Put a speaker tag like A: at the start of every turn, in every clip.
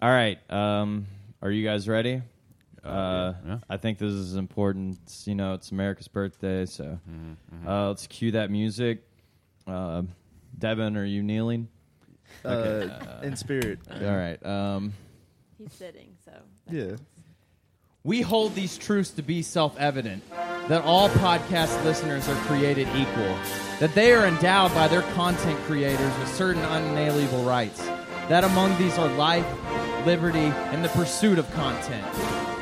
A: All right. Um, are you guys ready? Uh,
B: yeah.
A: I think this is important. It's, you know, it's America's birthday, so
C: Mm-hmm,
A: Uh, let's cue that music. Uh, Devin, are you kneeling?
D: Uh, in spirit.
A: All right. Um,
E: He's sitting, so. that
D: Yeah.
E: counts.
C: We hold these truths to be self evident that all podcast listeners are created equal, that they are endowed by their content creators with certain unalienable rights, that among these are life, liberty, and the pursuit of content,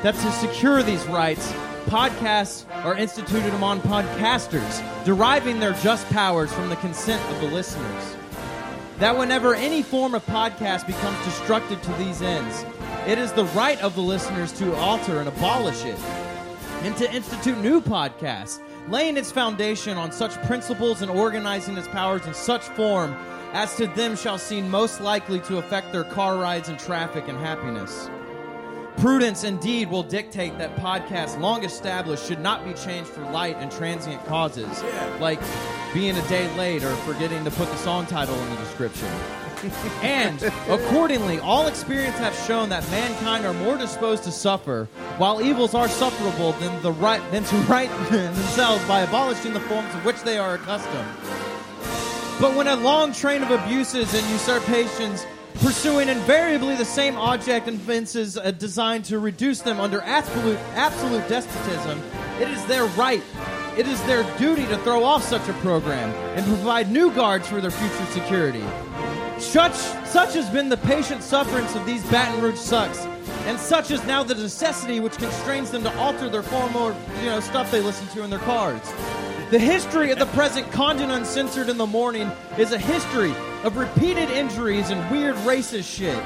C: that to secure these rights, podcasts are instituted among podcasters, deriving their just powers from the consent of the listeners that whenever any form of podcast becomes destructive to these ends, it is the right of the listeners to alter and abolish it, and to institute new podcasts, laying its foundation on such principles and organizing its powers in such form as to them shall seem most likely to affect their car rides and traffic and happiness. Prudence indeed will dictate that podcasts long established should not be changed for light and transient causes, like being a day late or forgetting to put the song title in the description. and accordingly, all experience have shown that mankind are more disposed to suffer, while evils are sufferable than the right than to right themselves by abolishing the forms of which they are accustomed. But when a long train of abuses and usurpations pursuing invariably the same object and fences uh, designed to reduce them under absolute, absolute despotism, it is their right, it is their duty to throw off such a program and provide new guards for their future security. Such, such has been the patient sufferance of these Baton Rouge sucks, and such is now the necessity which constrains them to alter their former, you know, stuff they listen to in their cars. The history of the present Condon Uncensored in the Morning is a history of repeated injuries and weird racist shit,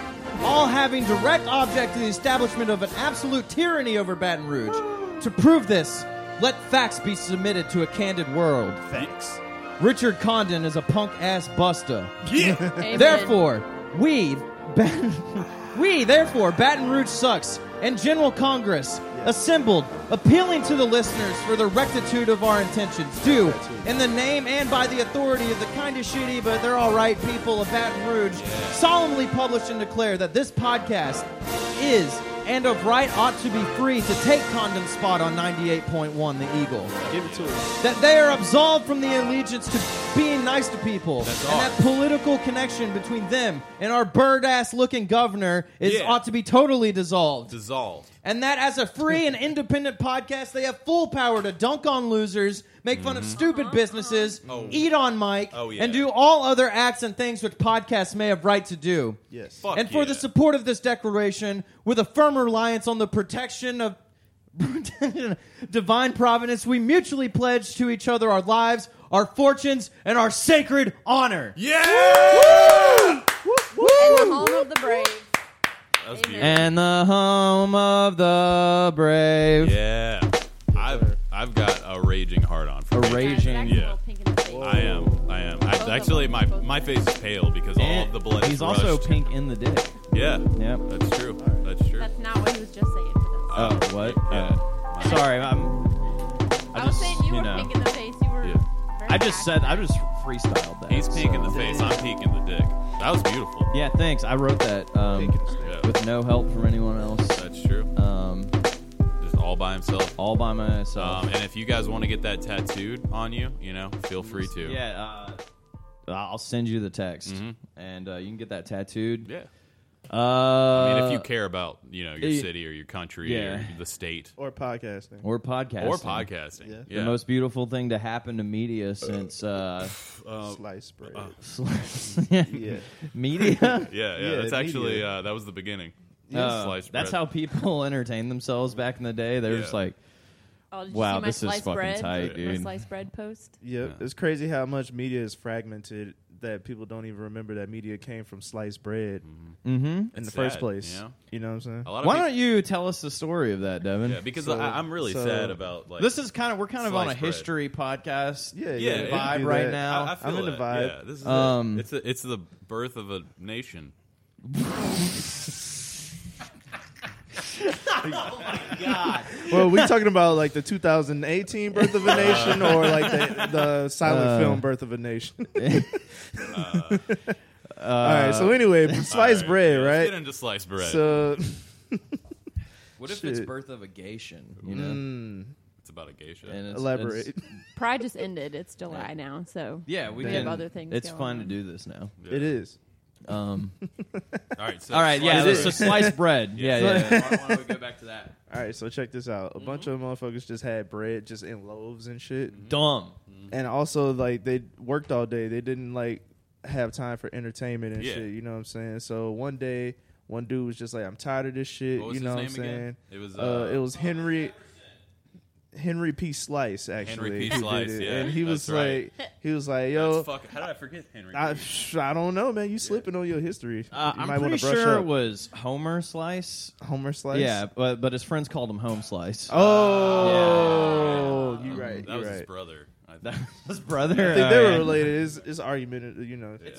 C: all having direct object to the establishment of an absolute tyranny over Baton Rouge. To prove this, let facts be submitted to a candid world.
B: Thanks.
C: Richard Condon is a punk ass busta.
B: Yeah.
E: Amen.
C: Therefore, we, Baton, we, therefore, Baton Rouge sucks, and General Congress, assembled, appealing to the listeners for the rectitude of our intentions, do, in the name and by the authority of the kind of shitty but they're all right people of Baton Rouge, solemnly publish and declare that this podcast is and of right ought to be free to take Condon's spot on 98.1 The Eagle
D: Give it to us.
C: that they are absolved from the allegiance to being nice to people, and that political connection between them and our bird ass looking governor is
B: Yeah.
C: ought to be totally dissolved,
B: Dissolved.
C: and that as a free and independent podcast, they have full power to dunk on losers, make fun of stupid businesses,
B: Mm-hmm. Oh.
C: eat on mic,
B: Oh, yeah.
C: and do all other acts and things which podcasts may have right to do
D: Yes.
B: Fuck
C: and for the
B: yeah.
C: support of this declaration, with a firm reliance on the protection of divine providence, we mutually pledge to each other our lives, our fortunes, and our sacred honor.
B: Yeah.
E: And the home of the brave.
B: That was beautiful.
A: and the home of the brave.
B: Yeah. I've I've got a raging heart on for
A: A
B: me.
A: raging.
B: Yeah. I am. I am. I, actually, my my face is pale because all of the blood.
A: He's
B: is
A: also
B: rushed.
A: pink in the dick.
B: Yeah.
A: Yep.
B: That's true. That's true.
E: That's not what he was just saying. For
A: Oh,
E: this.
A: what?
B: Yeah.
A: Uh, sorry, I'm.
E: I, was saying you, were
A: know.
E: pink in the face. You were.
B: Yeah.
E: very
A: I just said I just freestyled that.
B: He's pink in the
A: so-
B: face. I'm pink in the dick. That was beautiful.
A: Yeah, thanks. I wrote that um,
B: Yeah.
A: with no help from anyone else.
B: That's true.
A: Um,
B: Just all by himself.
A: all by myself.
B: Um, and if you guys want to get that tattooed on you, you know, feel free to.
A: Yeah, uh, I'll send you the text, and uh, you can get that tattooed.
B: Yeah.
A: Uh,
B: I mean, if you care about you know your
A: y-
B: city or your country
A: yeah.
B: or the state
D: Or podcasting.
A: or podcasting,
B: or podcasting, yeah,
D: Yeah.
A: the most beautiful thing to happen to media since uh,
D: Slice bread.
B: uh,
A: yeah.
D: yeah.
A: media.
B: yeah, yeah,
D: Yeah,
B: That's
D: media.
B: actually uh, that was the beginning.
A: Uh,
B: Sliced
A: that's
B: bread.
A: how people entertain themselves back in the day. They were
B: Yeah.
A: just like,
E: Oh, did you
A: Wow,
E: see my
A: this is
E: sliced
A: fucking
E: bread?
A: tight,
E: My
A: dude.
E: sliced bread post.
D: Yep. It's crazy how much media is fragmented that people don't even remember that media came from sliced bread
A: mm-hmm.
D: in the
B: It's
D: first
B: sad,
D: place.
B: you know?
D: You know what I'm saying?
B: a lot of
A: Why
B: people,
A: don't you tell us the story of that, Devin?
B: yeah, because
D: So-
B: I, I'm really
D: so-
B: sad about like
A: this is kind of we're kind of on a
B: Sliced bread.
A: history podcast.
D: Yeah,
B: Yeah,
D: yeah. we
B: vibe
D: can do
A: right
D: that.
A: now.
B: I, I feel
D: I'm in the
B: it.
D: vibe.
B: Yeah, this is
A: Um,
B: it. it's a, it's the birth of a nation.
D: Well, we talking about like the 2018 Birth of a Nation
B: Uh,
D: or like the, the silent
A: Uh,
D: film Birth of a Nation? All right. So anyway, sliced
B: Alright,
D: bread,
B: yeah, Let's get
D: right?
B: into sliced bread.
D: So
C: What if
D: it's
C: it's
D: Shit.
C: birth of a Gation?
A: Mm-hmm.
C: You know,
B: it's about a geisha.
C: and it's,
D: Mm, elaborate.
E: Pride just ended. It's July now, so
C: yeah,
E: We
C: we can.
E: have other things
C: it's
E: going
C: fun
E: on.
C: to do this now.
B: Yeah.
D: It is.
C: Um,
B: All right. So
C: all right, yeah.
B: sliced
C: This
B: bread.
C: is sliced bread. Yeah, yeah. yeah. why, why don't we go back to that?
B: Mm-hmm.
D: All right. So check this out. A bunch of motherfuckers just had bread just in loaves and shit,
B: Mm-hmm.
C: Dumb.
D: and also like they worked all day. They didn't like have time for entertainment and
B: Yeah.
D: shit. You know what I'm saying? So one day. One dude was just like, "I'm tired of this shit."
B: What was
D: you
B: his
D: know
B: name
D: what I'm saying?
B: again? It was,
D: uh,
B: uh,
D: it was Henry Henry P. Slice actually.
B: Henry P.
D: who did
B: Slice,
D: it.
B: yeah,
D: and he was
B: that's right.
D: like, he was like,
B: That's
D: "Yo,
B: fucking- how did I forget Henry?
D: I, I don't know, man. You slipping on your history.
C: Uh,
D: you
C: I'm pretty
D: wanna brush
C: sure
D: up.
C: it was Homer Slice.
D: Homer Slice.
C: Yeah, but but his friends called him Home Slice.
D: Oh, you right.
B: Mm-hmm. that
D: You
B: was his
D: right.
B: brother. I think.
C: That was his brother.
D: I think they
C: All
D: were
C: right.
D: related. It's, it's argumentative, you know.
B: Yeah.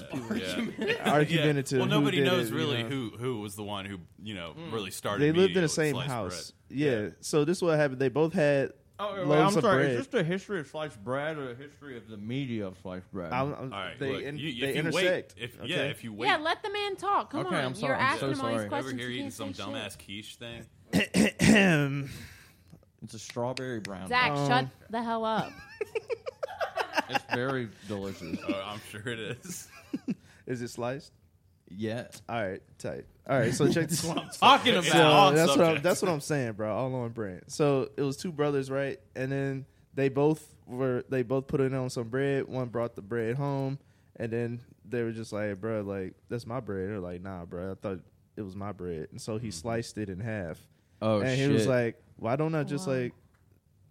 D: argumentative.
B: Well,
D: who
B: nobody
D: did
B: knows
D: it, you
B: really
D: know.
B: who who was the one who you know
C: Hmm.
B: really started.
D: They lived in
B: media
D: the
B: with
D: same
B: sliced
D: house.
B: bread.
D: Yeah. So this is what happened. They both had
C: Oh, wait, wait,
D: loaves
C: I'm
D: of
C: sorry.
D: bread.
C: Is this the history of sliced bread or the history of the media of sliced bread?
D: I'm, I'm,
B: All right.
D: they
B: look,
D: in-
B: you, if
D: they
B: you
D: intersect.
B: Wait, if,
D: okay?
B: Yeah. If you wait,
E: yeah. Let the man talk. Come
C: Okay,
E: on,
C: I'm sorry.
E: you're
C: I'm
E: asking
C: so
E: him all these
C: sorry.
B: over
E: questions.
B: here
E: you
B: eating
E: can't
B: some
E: say
B: dumbass
E: shit.
B: quiche thing.
C: it's a strawberry brown.
E: Zach,
D: Um,
E: shut the hell up.
C: It's very delicious.
B: Oh, I'm sure it is.
D: is it sliced?
C: Yeah.
D: All right, tight. All right, so check this. out.
C: Talking
B: It's
C: about-
B: on
D: that's what I'm,
B: subject.
D: that's what I'm saying, bro. All on brand. So it was two brothers, right? And then they both were they both put it on some bread. One brought the bread home, and then they were just like, "Bro, like that's my bread." They're like, "Nah, bro, I thought it was my bread." And so he sliced it in half.
C: Mm-hmm. Oh
D: and
C: shit.
D: he was like, "Why don't I just
E: Wow.
D: like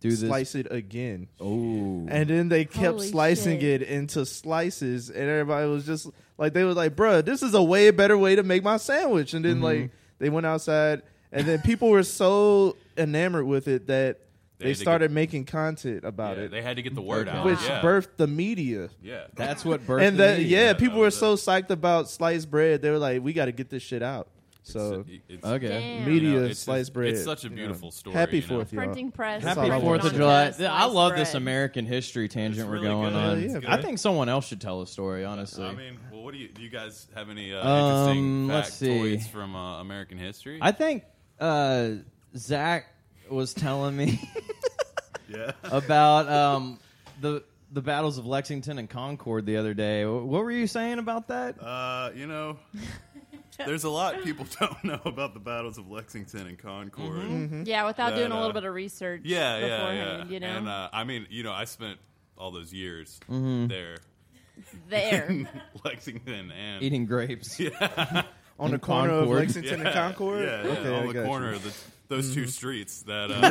C: Do this.
D: slice it again?"
C: Oh.
D: And then they kept
E: Holy
D: slicing
E: shit.
D: it into slices, and everybody was just like, they were like, "Bruh, this is a way better way to make my sandwich." And then
B: Mm-hmm.
D: like they went outside, and then people were so enamored with it that
B: They
D: they,
B: had to
D: started making content about
B: Yeah,
D: it,
B: they had to get the word out.
D: which
B: yeah.
D: birthed the media.
B: Yeah.
C: that's what birthed
D: And that,
C: the
D: yeah,
C: media.
B: that
D: people were
B: was
D: so psyched about sliced bread. They were like, "We got to get this shit out." So
B: It's- it's-
C: Okay.
E: Damn.
B: you
D: media
B: know, it's
D: sliced
B: just-
D: bread.
B: It's such a
D: you know.
B: beautiful story.
D: Happy
B: you know?
D: Fourth, y'all.
E: Printing press.
D: That's
C: Happy
D: all I
C: Fourth of
D: wanted.
C: July.
E: Sliced
C: I love
E: bread.
C: this American history tangent
B: It's
C: we're
B: really
C: going
B: good.
C: on.
D: Hell yeah, It's
C: I
D: good.
C: think someone else should tell a story, honestly.
B: I mean, well, what do you do? You guys have any uh,
C: Um,
B: interesting
C: let's
B: factoids
C: see.
B: from uh, American history?
C: I think uh, Zach was telling me
B: yeah.
C: about um, the the battles of Lexington and Concord the other day. Wh- What were you saying about that?
B: Uh, you know, there's a lot people don't know about the battles of Lexington and Concord.
C: Mm-hmm.
E: Yeah, without
B: That,
E: doing a
B: uh,
E: little bit of research.
B: Yeah, yeah, yeah.
E: Mm-hmm. beforehand, You know,
B: And uh, I mean, you know, I spent all those years
C: Mm-hmm.
B: there,
E: there.
B: Lexington and
C: Eating grapes.
D: on the corner
C: In
D: of
C: Concord.
D: Lexington and Concord.
B: Yeah, yeah,
D: okay, I
B: on
D: got
B: the
D: you.
B: corner of the, those
C: Mm-hmm.
B: two streets that uh,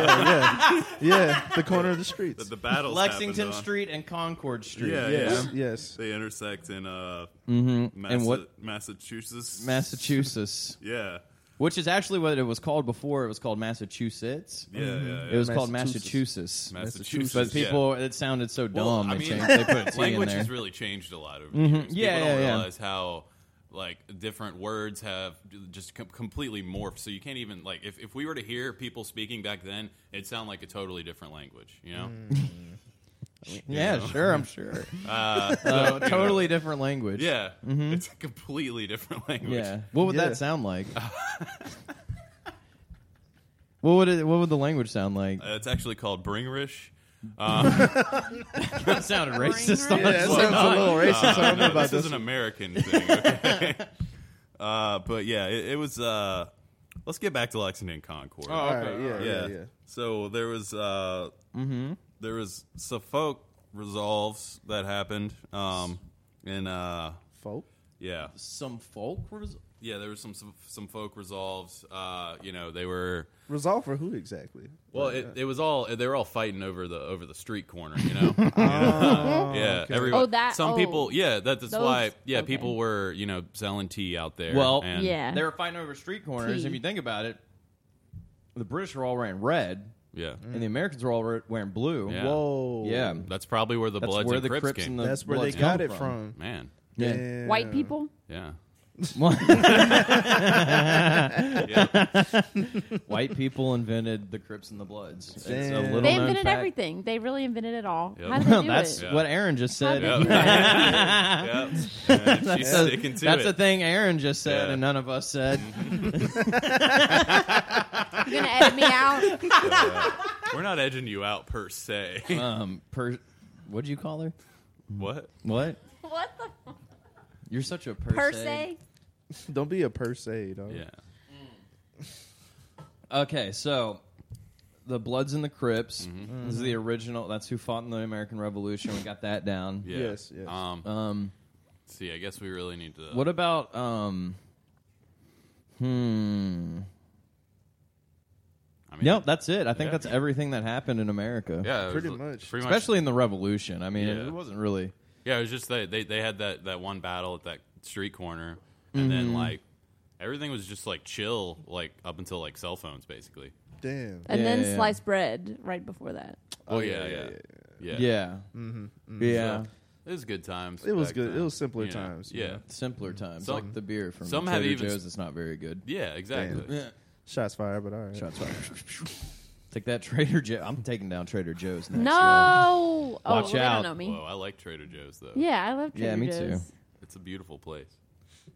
D: yeah, yeah, the corner of the streets.
B: that the battles happened
C: Lexington
B: on.
C: Street and Concord Street.
B: Yeah,
D: yes,
B: yeah.
D: yes.
B: They intersect in uh, Massa-
C: Mm-hmm. And what-
B: Massachusetts.
C: Massachusetts,
B: yeah,
C: which is actually what it was called before. It was called Massachusetts.
B: yeah, yeah. yeah.
C: Mm-hmm. It was called
D: Massachusetts.
C: Massachusetts.
B: Massachusetts.
C: But
B: yeah.
C: people, it sounded so dumb.
B: Well, I
C: they,
B: mean,
C: changed, they put a T in
B: language
C: there.
B: has really changed a lot over the years.
C: Yeah,
B: People
C: yeah,
B: don't
C: yeah.
B: realize how like different words have just com- completely morphed. So you can't even like if, if we were to hear people speaking back then, it'd sound like a totally different language. You know?
C: yeah, sure, I'm sure.
B: Uh, so,
C: Uh,
B: you know,
C: totally different language.
B: yeah, it's a completely different language.
C: Yeah. What would
D: Yeah.
C: that sound like? what would it? What would the language sound like?
B: Uh, it's actually called Bringrish.
C: that sounded racist.
E: Ringers?
C: on
D: Yeah, that
C: us.
B: Well,
D: sounds a little racist. I
B: Uh,
D: don't know
B: no,
D: about
B: this
D: this.
B: is an American thing. Okay? uh, but yeah, it, it was. Uh, let's get back to Lexington Concord.
C: Oh,
D: All
C: okay.
D: right, yeah, yeah,
B: yeah.
D: yeah.
B: So there was uh,
C: Mm-hmm.
B: there was Suffolk resolves that happened, um, and uh,
D: Folk.
B: yeah,
C: Some folk. res-
B: yeah, there was some some, some folk resolves. Uh, you know, they were
D: Resolve for who exactly?
B: well, it, it was all they were all fighting over the over the street corner. You know, yeah, everyone.
E: Oh, that-
B: some
E: oh.
B: people, yeah, that, that's
E: Those-
B: why, yeah,
E: okay.
B: people were you know selling tea out there.
C: Well,
B: and,
E: yeah.
C: They were fighting over street corners.
E: Tea.
C: If you think about it, the British were all wearing red,
B: yeah.
C: and the Americans were all re- wearing blue.
B: Yeah.
D: Whoa.
C: Yeah.
B: That's probably where the
C: That's
B: Bloods
C: where
B: and
C: the
B: Crips
C: Crips
B: came.
C: and the-
D: That's where
C: Bloods
D: they got
C: come
D: it
C: from.
D: from.
B: Man,
C: Yeah.
D: Damn.
E: White people.
B: yeah,
C: yeah.
B: yeah. ago.
C: White people invented the Crips and the Bloods. It's a
D: Damn.
C: little
E: They
C: known
E: invented
C: fact.
E: everything. They really invented it all.
B: Yep.
E: How did they
C: Well,
E: do
C: that's
E: it?
B: Yeah.
C: what Aaron just
E: How
C: said.
E: did
B: Yep.
E: you do that?
B: yep. And she's
C: So
B: sticking to
C: that's
B: it.
C: the thing Aaron just said,
B: Yeah.
C: and none of us said.
E: You gonna edit me out?
B: We're not edging you out per se.
C: Um, per, what'd you call her?
B: what?
C: What?
E: what the
C: You're such a per,
E: per se?
D: Don't be a per se, dog.
B: Yeah.
C: Okay, so the Bloods and the Crips
B: Mm-hmm.
C: is the original. That's who fought in the American Revolution. We got that down.
B: Yeah.
D: Yes, yes.
B: Um,
C: Um,
B: see, I guess we really need to.
C: what about um? Hmm.
B: I mean,
C: Nope, that's it. I think
B: Yeah.
C: that's everything that happened in America.
B: Yeah, it
D: Pretty
B: was,
D: much.
B: Pretty much.
C: Especially in the Revolution. I mean,
B: Yeah.
C: it wasn't really.
B: Yeah, it was just they they, they had that, that one battle at that street corner, and then
C: Mm-hmm.
B: like everything was just like chill, like up until like cell phones, basically.
D: Damn.
E: And
C: Yeah,
E: then
C: yeah, yeah.
E: sliced bread right before that.
B: Oh, yeah, yeah, yeah,
C: Yeah. Yeah. Yeah.
B: So, it was good times.
D: It was
B: back
D: good.
B: then,
D: It was simpler
B: you know?
D: times, you
B: Yeah.
D: know.
C: Simpler times,
B: Some-
C: like the beer from
B: some have
C: Trader
B: even-
C: Joe's. It's not very good.
B: Yeah. Exactly.
C: Yeah.
D: Shots fired, but all right.
C: Shots fired. Take that Trader Joe. I'm taking down Trader Joe's next.
E: No.
C: y'all.
E: Oh,
C: Watch
E: well, they
C: out.
E: don't know me.
B: Whoa, I like Trader Joe's though.
E: Yeah, I love Trader
C: Yeah, me too.
E: Joe's.
B: It's a beautiful place.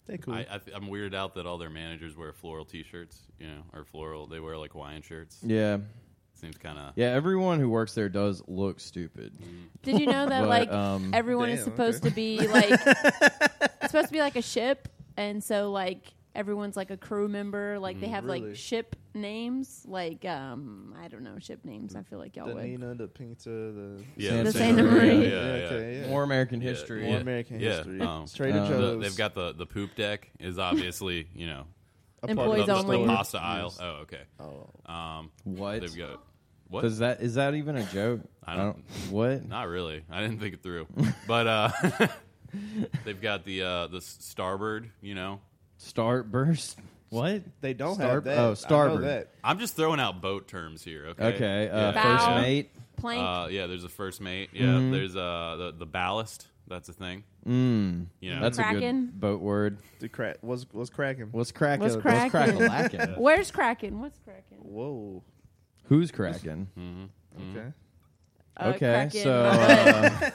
D: They cool.
B: I, I th- I'm weirded out that all their managers wear floral T-shirts, you know, or floral. They wear like Hawaiian shirts.
C: Yeah.
B: Seems kind of
C: Yeah, everyone who works there does look stupid.
E: Did you know that
C: But,
E: like
C: um,
E: everyone is
D: Damn,
E: supposed
D: okay.
E: to be like it's supposed to be like a ship, and so like everyone's like a crew member. Like they have
D: Mm, Really?
E: like ship names, like um I don't know ship names. I feel like y'all
D: the
E: would.
D: Nina, the Pinta, the
B: yeah,
C: The
B: Santa
C: Santa
B: Maria.
C: Maria.
B: Yeah, yeah, yeah.
D: okay, yeah.
C: More American
B: Yeah,
C: history.
D: More
B: yeah,
D: American
B: yeah,
D: history.
B: um,
D: Trader
C: uh, the-
B: The-
D: Joe's.
B: they've got the the poop deck is obviously you know
D: a part
B: the,
E: Employees
D: of the
B: the, the
E: only.
D: store.
B: pasta aisle. Oh, okay.
D: Oh.
B: Um,
C: What?
B: they've got what?
C: Does that is that even a joke?
B: I don't-
C: What?
B: Not really. I didn't think it through. But uh, they've got the uh, the starboard. You know,
C: Start burst. What?
D: They don't
C: Star-
D: have that.
C: oh,
D: I know
C: starboard.
D: that.
B: I'm just throwing out boat terms here. Okay.
C: Okay. Uh,
B: Yeah.
C: First
E: Bow.
C: mate. Mm-hmm.
E: Plank.
B: Uh, yeah, there's a first mate. Yeah, there's uh the, the ballast. That's a thing.
C: Mm.
B: You know,
C: That's a
E: Kraken.
C: good boat word.
D: The crack was was
B: Mm-hmm.
D: cracking.
C: What's cracking?
E: What's crackin'?
C: crackalackin'?
E: Where's Kraken? What's Kraken?
D: Whoa.
C: Who's cracking?
B: Mm-hmm.
D: Okay.
E: Uh,
C: okay,
E: Kraken.
C: so uh,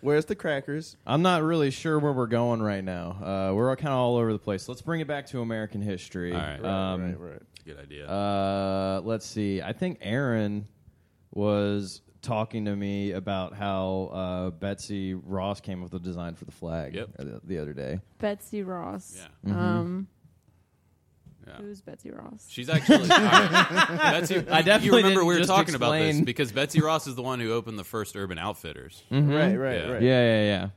D: Where's the crackers?
C: I'm not really sure where we're going right now. Uh, we're kind of all over the place. Let's bring it back to American history.
B: All right.
D: Right,
C: Um,
D: right, right.
B: good idea.
C: Uh, let's see. I think Aaron was talking to me about how uh, Betsy Ross came up with the design for the flag
B: Yep.
C: the- the other day.
E: Betsy Ross.
B: Yeah.
E: Um,
B: Yeah.
C: Mm-hmm.
E: who's Betsy Ross?
B: She's actually. all right. Betsy, I
C: definitely
B: you remember
C: didn't
B: we were
C: just
B: talking about this
C: explain- Mm-hmm.
B: because Betsy Ross is the one who opened the first Urban Outfitters.
D: Mm-hmm. Right, right,
B: Yeah.
D: right.
C: Yeah, yeah, yeah.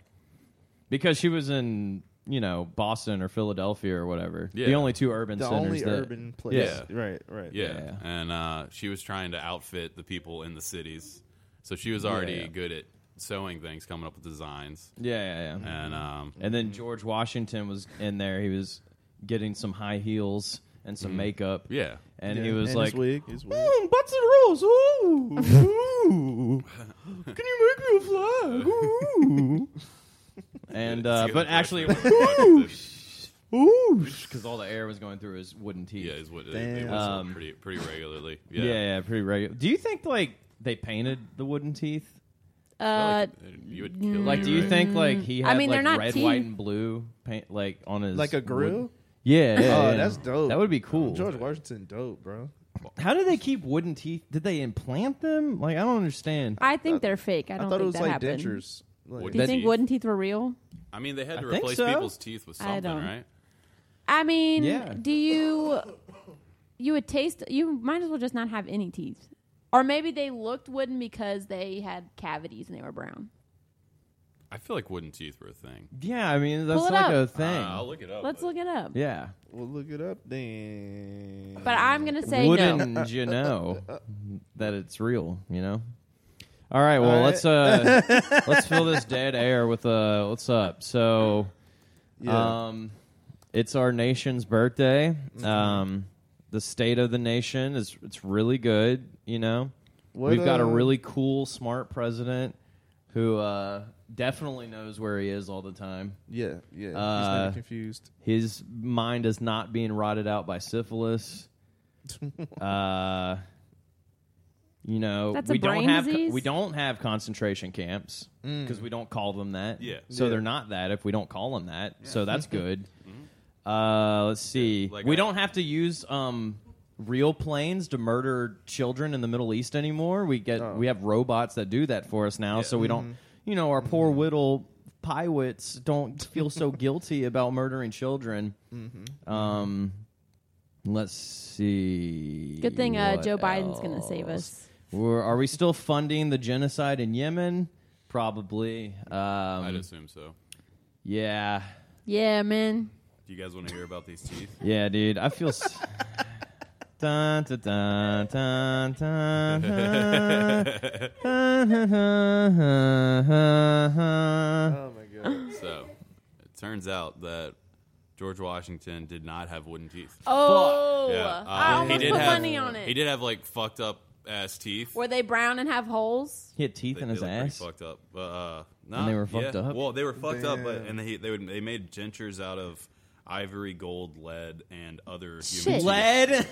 C: Because she was in, you know, Boston or Philadelphia or whatever. The
B: Yeah.
C: only two urban
D: The
C: centers.
D: only
C: that-
D: urban place.
B: Yeah.
D: Right, right.
B: Yeah.
C: Yeah.
B: And uh, she was trying to outfit the people in the cities, so she was already
C: Yeah.
B: good at sewing things, coming up with designs,
C: Yeah, yeah, yeah.
B: and um,
C: And then George Washington was in there. He was getting some high heels and some makeup.
B: yeah.
C: And
D: Yeah.
C: he was
D: And
C: like,
D: his wig, his wig.
C: "Mm, Betsy Ross, ooh, ooh. Can you make me a flag? Ooh. and uh, but actually, ooh, because all the air was going through his wooden teeth.
B: yeah, is what it, it was
C: Um,
B: pretty pretty regularly.
C: yeah,
B: Yeah.
C: yeah, pretty regular. Do you think like they painted the wooden teeth?
E: Uh,
B: you would kill
C: Like,
B: me,
C: do you
B: right?
C: think like he
E: Mm. I
C: had
E: mean,
C: like
E: they're not
C: red,
E: teeth.
C: white, and blue paint like on his
D: Like a
C: wooden-
D: grill?
C: Yeah, yeah,
D: Oh,
C: yeah.
D: that's dope.
C: That would be cool.
D: George Washington dope, bro.
C: How do they keep wooden teeth? Did they implant them? Like, I don't understand.
E: I think they're fake. I
D: I,
E: don't
D: thought
E: think
D: it was
E: that
D: like
E: happened.
D: dentures. Like,
B: Would
E: Do you
C: That-
E: think wooden teeth were real?
B: I mean, they had to
C: I think
B: replace
C: so.
B: people's teeth with
E: I
B: something,
E: don't-
B: right?
E: I mean,
C: Yeah.
E: do you you would taste you might as well just not have any teeth. Or maybe they looked wooden because they had cavities and they were brown.
B: I feel like wooden teeth were a thing.
C: Yeah, I mean, that's
E: Pull it
C: like
E: up.
C: a thing.
B: Uh, I'll look it up.
E: Let's
B: but-
E: look it up.
C: yeah.
D: We'll look it up then.
E: But I'm going to say no.
C: Wouldn't you know that it's real, you know? All right, well,
D: All
C: let's uh let's fill this dead air with uh what's up. So,
D: yeah.
C: um it's our nation's birthday. Um the state of the nation is it's really good, you know.
D: What,
C: We've got a
D: uh,
C: really cool smart president who uh, definitely knows where he is all the time.
D: Yeah, yeah. He's
C: Uh,
D: never confused.
C: His mind is not being rotted out by syphilis. uh, you know,
E: That's a
C: we don't
E: brain
C: have
E: disease?
C: we don't have concentration camps
D: Mm.
C: because we don't call them that.
B: Yeah.
C: So
D: Yeah.
C: they're not that if we don't call them that. So that's good. Uh, let's see.
B: like
C: we
B: I-
C: don't have to use um, real planes to murder children in the Middle East anymore. We get
D: Oh.
C: we have robots that do that for us now,
B: Yeah.
C: so we don't.
D: Mm-hmm.
C: You know, our poor
A: Mm-hmm.
C: whittle pilots don't feel so guilty about murdering children.
D: Mm-hmm.
C: Um, let's see.
E: Mm-hmm. Good thing uh,
C: What
E: Joe Biden's going to
C: else?
E: save us.
C: We're, are we still funding the genocide in Yemen? Probably. Um,
B: I'd assume so.
C: yeah.
E: Yeah, man.
B: Do you guys want to hear about these teeth?
C: Yeah, dude. I feel. S- dun, dun, dun, dun, dun, dun, dun, dun, dun, dun, dun.
D: Oh my god.
B: So, it turns out that George Washington did not have wooden teeth.
E: Oh,
B: Yeah,
E: I
B: uh,
E: almost put
B: have,
E: money on it.
B: He did have like fucked up ass teeth.
E: Were they brown and have holes?
C: He had teeth
B: They-
C: in
B: they
C: his
B: look pretty
C: ass.
B: Fucked up, but uh,
C: And they
B: nah,
C: were fucked
B: yeah.
C: up?
B: Well, they were fucked up, but
D: Damn.
B: and they they would they made dentures out of ivory, gold, lead, and other human
E: Shit.
B: teeth.
C: Lead.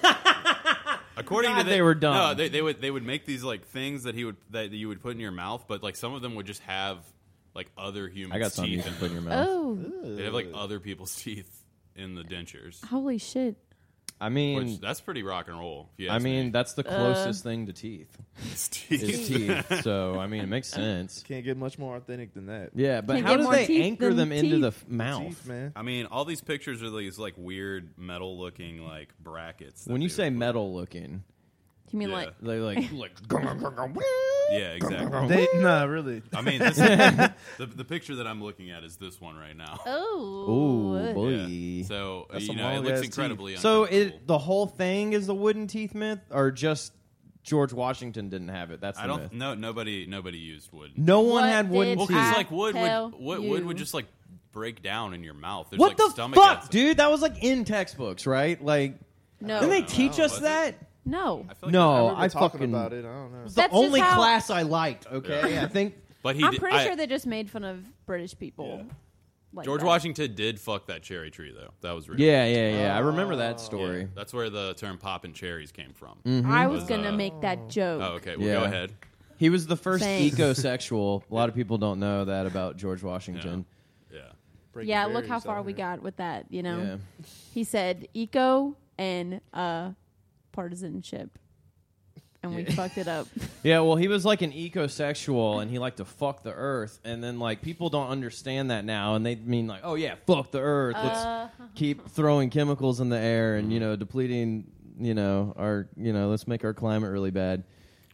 B: According
C: God,
B: to the,
C: they were dumb.
B: No, they, they would they would make these like things that he would that you would put in your mouth, but like some of them would just have like other human
C: I got something you
B: teeth.
C: can
B: In
C: put in your mouth.
E: Oh,
B: They have like other people's teeth in the dentures,
E: holy shit.
C: I mean,
B: which that's pretty rock and roll. If you ask
C: I mean,
B: me.
C: that's the closest thing to teeth
B: His teeth.
C: is teeth. So I mean, it makes sense.
D: Can't get much more authentic than that.
C: Yeah, but
E: Can't
C: how
E: get
C: do
E: more
C: they
E: teeth
C: anchor
E: than
C: them into
E: teeth.
C: the f- mouth?
D: Teeth, man.
B: I mean, all these pictures are these like weird metal looking like brackets. that
C: When you
B: they
C: say
B: would put-
C: metal looking,
E: You mean
B: Yeah.
E: like
C: they like
B: like yeah, exactly.
D: They, nah, really.
B: I mean, this, the the picture that I'm looking at is this one right now.
E: oh,
C: ooh boy.
B: Yeah. So uh,
D: That's
B: you
D: some
B: know, it
D: long
B: looks
D: ass
B: incredibly.
C: So
B: uncomfortable.
C: it the whole thing is the wooden teeth myth, or just George Washington didn't have it? That's the
B: I
C: myth.
B: don't. No, nobody. Nobody used wood.
C: No one
E: What
C: had wooden
E: did
B: well,
C: teeth.
E: I-
B: because like wood
E: tell
B: would wood, wood would
E: you.
B: just like break down in your mouth. There's
C: what
B: like
C: the
B: stomach
C: fuck,
B: acid.
C: dude? That was like in textbooks, right? Like,
E: no,
C: didn't they
B: know.
C: teach
B: No,
C: us
B: was it?
C: that?
E: no.
B: I feel like
C: No. Oh,
B: that-
D: remember
C: I
D: talking
C: fucking-
D: about it. I don't know.
C: It's
E: the
C: the
E: That's just
C: only
E: only how-
C: class
E: class
C: I liked. Okay,
B: Yeah.
C: I think
B: but he.
E: I'm
B: did,
E: pretty
B: I-
E: sure they just made fun of British people. Like
B: George
E: that.
B: Washington did fuck that cherry tree though. That was real.
C: Yeah, yeah, yeah. I remember
D: Oh.
C: that story.
B: That's where the term "poppin' cherries" came from.
E: I was
B: Was,
E: gonna
B: uh,
E: make that joke.
B: Oh, okay.
C: Mm.
B: Well,
C: Yeah.
B: go ahead.
C: He was the first
E: Thanks.
C: ecosexual. A lot of people don't know that about George Washington.
B: Yeah.
D: Breaking
E: Yeah, look
D: barriers
E: how
D: out
E: far we
D: here.
E: got with that. You know,
C: Yeah.
E: he said eco and uh, partisanship, and we fucked it up.
C: Yeah, well, he was like an ecosexual and he liked to fuck the earth. And then, like, people don't understand that now. And they mean, like, oh, yeah, fuck the earth. Let's
E: Uh-huh.
C: keep throwing chemicals in the air and,
B: Mm-hmm.
C: you know, depleting, you know, our, you know, let's make our climate really bad.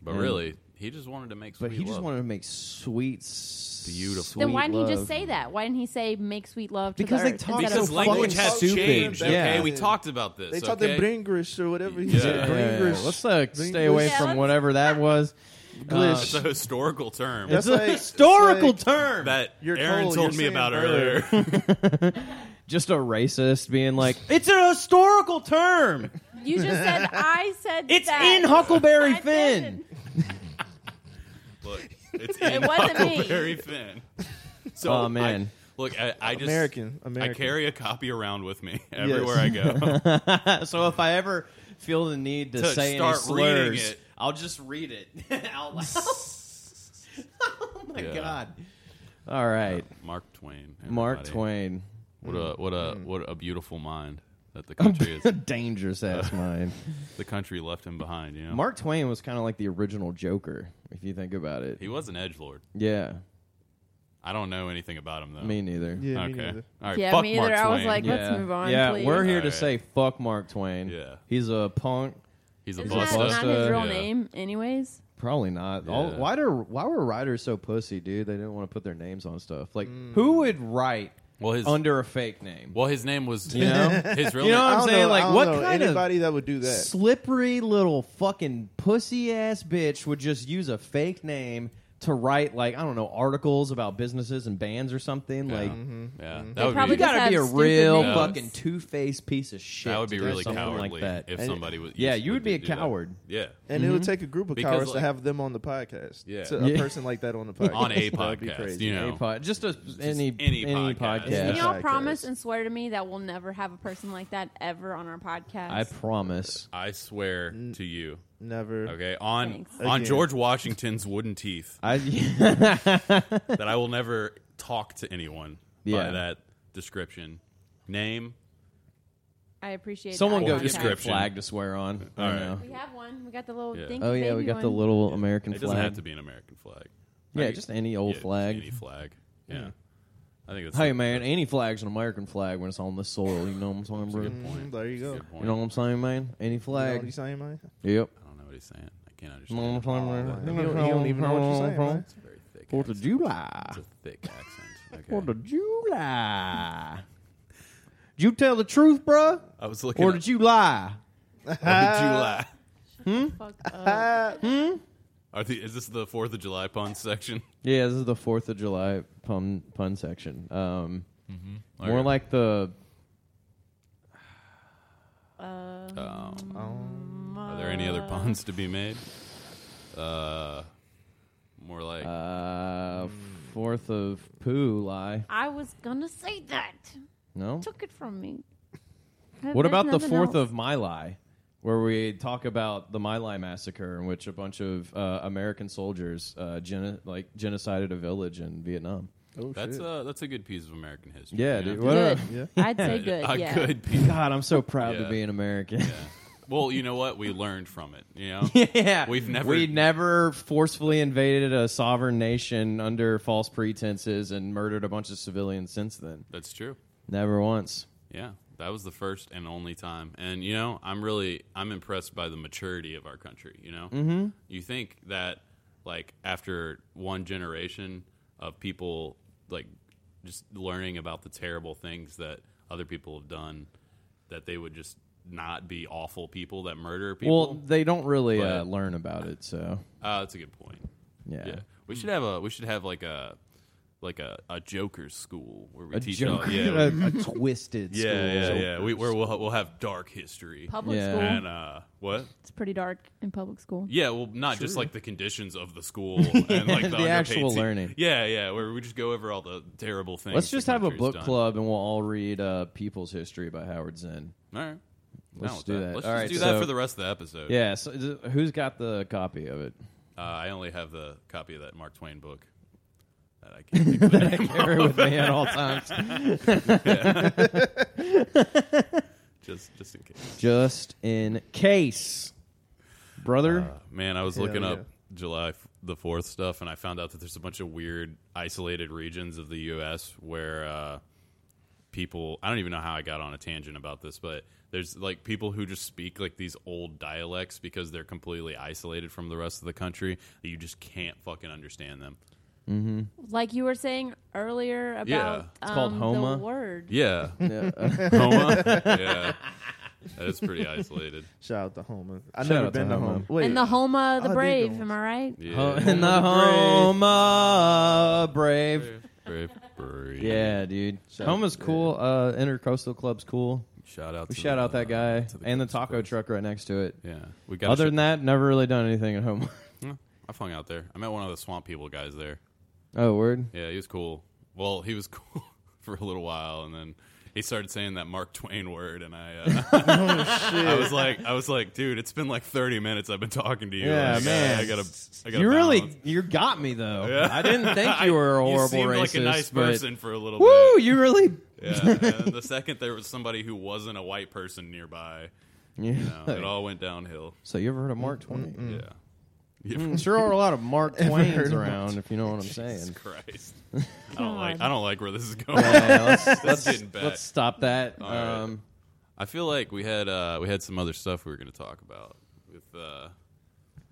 B: But
C: And-
B: really, he just wanted to make.
C: But
B: sweet
C: he just
B: love.
C: wanted to make sweet, s-
B: Beautiful.
C: Sweet
E: then why didn't he
C: love.
E: just say that? Why didn't he say make sweet love? To
C: Because
E: the
C: they
E: earth
C: talk
E: instead
B: Because
C: so
E: of
C: fucking
B: language has
C: stupid.
B: changed. Okay,
C: Yeah.
B: we talked about this.
D: They taught
B: okay?
D: them Bringrish or whatever he
B: Yeah.
C: Yeah,
D: said.
C: yeah, yeah.
D: Bringrish.
C: Let's uh, stay away
E: Yeah,
C: from
E: let's-
C: whatever that was. Uh,
D: Glish.
E: Uh,
B: It's a historical term
C: It's
D: That's
C: a
D: like-
C: historical
D: it's
C: term.
B: that
D: You're
B: Aaron
D: cold,
B: told
D: you're saying
B: me about
D: bird.
B: earlier.
C: just a racist being like, it's a historical term.
E: You just said I said
C: It's
E: that.
C: in Huckleberry
E: I
C: Finn.
E: didn't.
B: Look, it's in
E: It wasn't me.
B: Huckleberry Finn. So
C: Oh, man.
B: I, look, I, I just
D: American.
B: I
D: American.
B: carry a copy around with me everywhere I go.
C: so if I ever feel the need to,
B: To
C: say any
B: start reading
C: slurs,
B: it.
C: I'll just read it out loud. oh my
B: Yeah.
C: god! All right,
B: Mark Twain.
C: Mark
B: everybody.
C: Twain, Mm.
B: What a what a what a beautiful mind that the country is.
C: dangerous ass mind.
B: The country left him behind. You know,
C: Mark Twain was kind of like the original Joker, if you think about it.
B: He was an edge lord.
C: Yeah,
B: I don't know anything about him though.
C: me neither.
D: Yeah, me
B: okay.
D: neither.
B: All right.
E: Yeah,
B: fuck
E: me
B: Mark
E: either. I was
B: Twain.
E: like,
C: Yeah.
E: Let's move on,
C: Yeah,
E: please.
C: we're here to
B: All right.
C: say fuck Mark Twain.
B: Yeah.
C: he's a punk.
B: he's a
E: Isn't that
C: Busta.
E: not his real
B: Yeah.
E: name, anyways?
C: Probably not. All,
B: Yeah.
C: why do why were writers so pussy, dude? They didn't want to put their names on stuff. Like,
E: Mm.
C: who would write
B: Well, his
C: under a fake name?
B: well, his name was
C: You know?
B: his real
C: You know what I'm
B: name.
D: I don't
C: saying?
D: know,
C: Like,
D: I don't
C: what
D: know
C: kind of-
D: anybody that would do that?
C: Slippery little fucking pussy ass bitch would just use a fake name to write like I don't know articles about businesses and bands or something. Like
B: Yeah, that would
E: probably
B: be
C: you gotta
E: Mm-hmm. Just
C: be a
E: have stupid
C: real
E: names.
C: fucking two faced piece of shit.
B: that would be
C: to do
B: really
C: something
B: cowardly
C: like that.
B: if
D: And-
B: somebody would.
C: Yeah, you would be a
B: do that.
C: coward.
B: Yeah,
D: And it would take a group of
B: mm-hmm. Because,
D: cowards to
B: like-
D: have them on the podcast.
B: Yeah.
D: To a
C: Yeah.
D: person like that on the podcast.
B: on a
D: That would be
B: podcast,
D: crazy.
B: you know.
C: Any pod- just a, any
B: any
C: any
B: podcast.
C: podcast.
E: Can
D: Yeah.
E: y'all
D: Podcast.
E: promise and swear to me that we'll never have a person like that ever on our podcast?
C: I promise.
B: I swear
C: Mm.
B: to you.
D: Never.
B: Okay, on
E: Thanks.
B: on
D: Again.
B: George Washington's wooden teeth,
C: I
B: that I will never talk to anyone by
C: Yeah.
B: that description, name.
E: I appreciate
C: someone
E: that
C: go
B: Full
C: get a
B: description.
C: flag to swear on.
B: All
C: I
B: right.
C: know.
E: We have one. We got the little
B: Yeah.
E: thinky
C: Oh yeah, we
E: baby
C: got the
E: one.
C: little American
B: it doesn't
C: flag.
B: have to be an American flag.
C: Yeah,
B: Like,
C: just any old
B: yeah,
C: flag. Hmm.
B: Any flag. Yeah, I think that's
C: Hey man, any flag's an American flag when it's on this soil. You know what I'm saying, bro?
B: Good point.
D: Mm, there you go.
B: Good point.
C: You know what I'm saying, man? Any
D: You know what
C: flag.
D: he's saying, man?
C: Yep.
B: I don't know what he's saying. I can't
C: You know
B: understand.
C: what I'm
B: Oh,
C: saying,
D: You
C: man?
D: don't, you don't even know what you're saying, man.
B: It's a very thick.
C: Fourth of
B: accent.
C: July.
B: It's a thick accent.
C: Fourth
B: Okay.
C: of July. Did you tell the truth, bruh?
B: I was looking.
C: Or
B: up-
C: did you lie?
B: Fourth of
C: Ah.
B: July.
E: Fuck uh, up.
B: Are the, is this the Fourth of July pun section?
C: Yeah, this is the Fourth of July pun pun section. Um, more
B: Okay.
C: like the
B: Um, are there any other puns to be made? Uh, more like
C: uh, Fourth of Poo lie.
E: I was gonna say that.
C: No.
E: Took it from me.
C: What about the Fourth of My Lai, where we talk about the My Lai massacre, in which a bunch of uh, American soldiers uh, geno- like genocided a village in Vietnam?
D: Oh,
B: that's
D: shit.
B: a that's a good piece of American history.
C: Yeah,
B: you know?
C: dude. What a-
D: yeah.
E: I'd say good.
B: A
E: yeah.
B: good piece.
C: God, I'm so proud
B: Yeah.
C: to be an American.
B: Well, you know what? We learned from it. You know.
C: yeah,
B: We've never-
C: we never forcefully invaded a sovereign nation under false pretenses and murdered a bunch of civilians since then.
B: That's true.
C: Never once.
B: Yeah, that was the first and only time. And you know, I'm really I'm impressed by the maturity of our country. You know, mm-hmm. you think that like after one generation of people like just learning about the terrible things that other people have done, that they would just not be awful people that murder people.
C: Well, they don't really uh,
B: But-
C: learn about it, so
B: uh, that's a good point.
C: yeah.
B: Yeah, we should have a we should have like a like a, a Joker school where we
C: A
B: teach
C: joke,
B: all, yeah,
C: a, a twisted
B: yeah,
C: school.
B: yeah, yeah. We, where we'll we'll have dark history.
E: Public
C: Yeah.
E: school.
B: And uh, what?
E: It's pretty dark in public school.
B: Yeah, well, not just like the conditions of the school and like the,
C: The
B: underpaid
C: actual
B: tea-
C: learning.
B: Yeah, yeah, where we just go over all the terrible things.
C: Let's just
B: the
C: have a
B: country's
C: book
B: done.
C: club and we'll all read uh, People's History by Howard Zinn.
B: All right,
C: Let's
B: Down with
C: do that.
B: Let's
C: All
B: just
C: right,
B: do that
C: so-
B: for the rest of the episode.
C: Yeah, so is it- who's got the copy of it?
B: uh, I only have the copy of that Mark Twain book that I can't. think of.
C: Carry with me at all times.
B: just just in case.
C: Just in case. Brother,
B: Uh, Man, I was looking
D: yeah.
B: up July f- the Fourth stuff, and I found out that there's a bunch of weird, isolated regions of the U.S. where uh, people. I don't even know how I got on a tangent about this, but there's like people who just speak like these old dialects because they're completely isolated from the rest of the country. That you just can't fucking understand them.
E: Like you were saying earlier about
B: Yeah.
C: It's called
E: um,
C: Homa.
E: the word.
B: Yeah,
C: yeah, uh,
B: Homa. yeah, that is pretty isolated.
D: Shout out to Homa. I've
C: Shout
D: never
C: out to
D: been to
C: Homa.
D: Homa. Wait.
E: And the
C: Oh,
E: Homa the
D: I did
E: Brave,
D: go.
E: am I right?
B: Yeah,
C: in the home of brave.
B: Uh, Brave, brave.
C: Yeah, dude. Homa's cool. Uh, Intercoastal Club's cool.
B: Shout out.
C: We
B: to
C: shout
B: the-
C: out that guy
B: Uh, to
C: and the
B: Coast
C: taco
B: Guard.
C: truck right next to it.
B: Yeah, we got.
C: Other than that, never really done anything at home.
B: that, I've hung out there. I met one of the swamp people guys there.
C: oh, word.
B: Yeah, he was cool. Well, he was cool for a little while, and then he started saying that Mark Twain word, and I, uh,
C: Oh,
B: I was like, I was like, dude, it's been like thirty minutes. I've been talking to you.
C: Yeah,
B: Like, I-
C: man.
B: I gotta, I gotta.
C: You really
B: balance.
C: you got me though.
B: Yeah.
C: I didn't think you were a horrible
B: you seemed
C: racist.
B: like a nice
C: but-
B: person for a little
C: Woo,
B: bit.
C: you really
B: Yeah, and then the second there was somebody who wasn't a white person nearby, you know, it all went downhill.
C: So you ever heard of Mark Twain?
B: Yeah. Yeah.
C: Sure are a lot of Mark
D: heard
C: Twains
D: of Mark
C: around, if you know what I'm saying.
B: Christ. I don't like I don't like where this is going.
C: Yeah, let's,
B: That's
C: let's,
B: getting bad.
C: let's stop that.
B: right.
C: Um,
B: I feel like we had uh, we had some other stuff we were going to talk about with uh,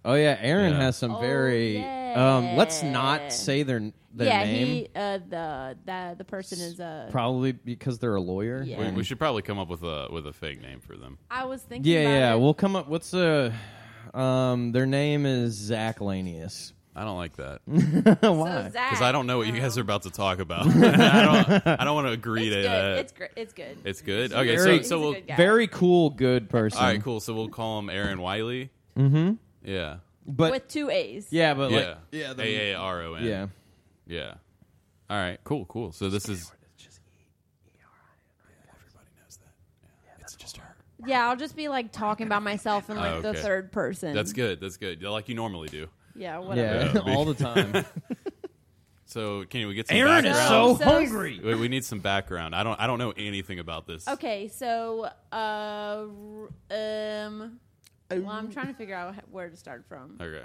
C: oh yeah, Aaron
B: Yeah.
C: has some
E: Oh,
C: very. Um, let's not say their their
E: yeah,
C: name.
E: he uh, the the the person is uh
C: Probably because they're a lawyer.
E: Yeah.
B: We, we should probably come up with a with a fake name for them.
E: I was thinking
C: yeah,
E: about
C: yeah.
E: it.
C: We'll come up. What's a? Um, their name is Zach Lanius.
B: I don't like that
E: Why?
B: because I don't know what you guys are about to talk about. I don't. I don't want to agree
E: It's
B: to
E: good.
B: that.
E: It's, gr- it's good.
B: It's good. Okay,
C: very-
B: so
C: He's
B: so we'll.
E: good guy.
C: Very cool, good person.
B: All right, cool. So we'll call him Aaron Wiley. Mm-hmm. Yeah.
C: But
E: with two A's.
C: yeah, but
B: Yeah.
C: like
B: Yeah. A A R O N.
C: yeah.
B: Yeah. All right. Cool. Cool. So this is.
E: Yeah, I'll just be like talking about myself in like
B: Oh,
E: the
B: okay.
E: third person.
B: That's good. That's good. Like you normally do.
E: Yeah, whatever.
C: Yeah, all the time.
B: So can we get some
C: Aaron is
B: background?
C: so,
E: So-
C: Oh, hungry.
B: Wait, we need some background. I don't. I don't know anything about this.
E: Okay, so uh, r- um, well, I'm trying to figure out where to start from.
B: Okay.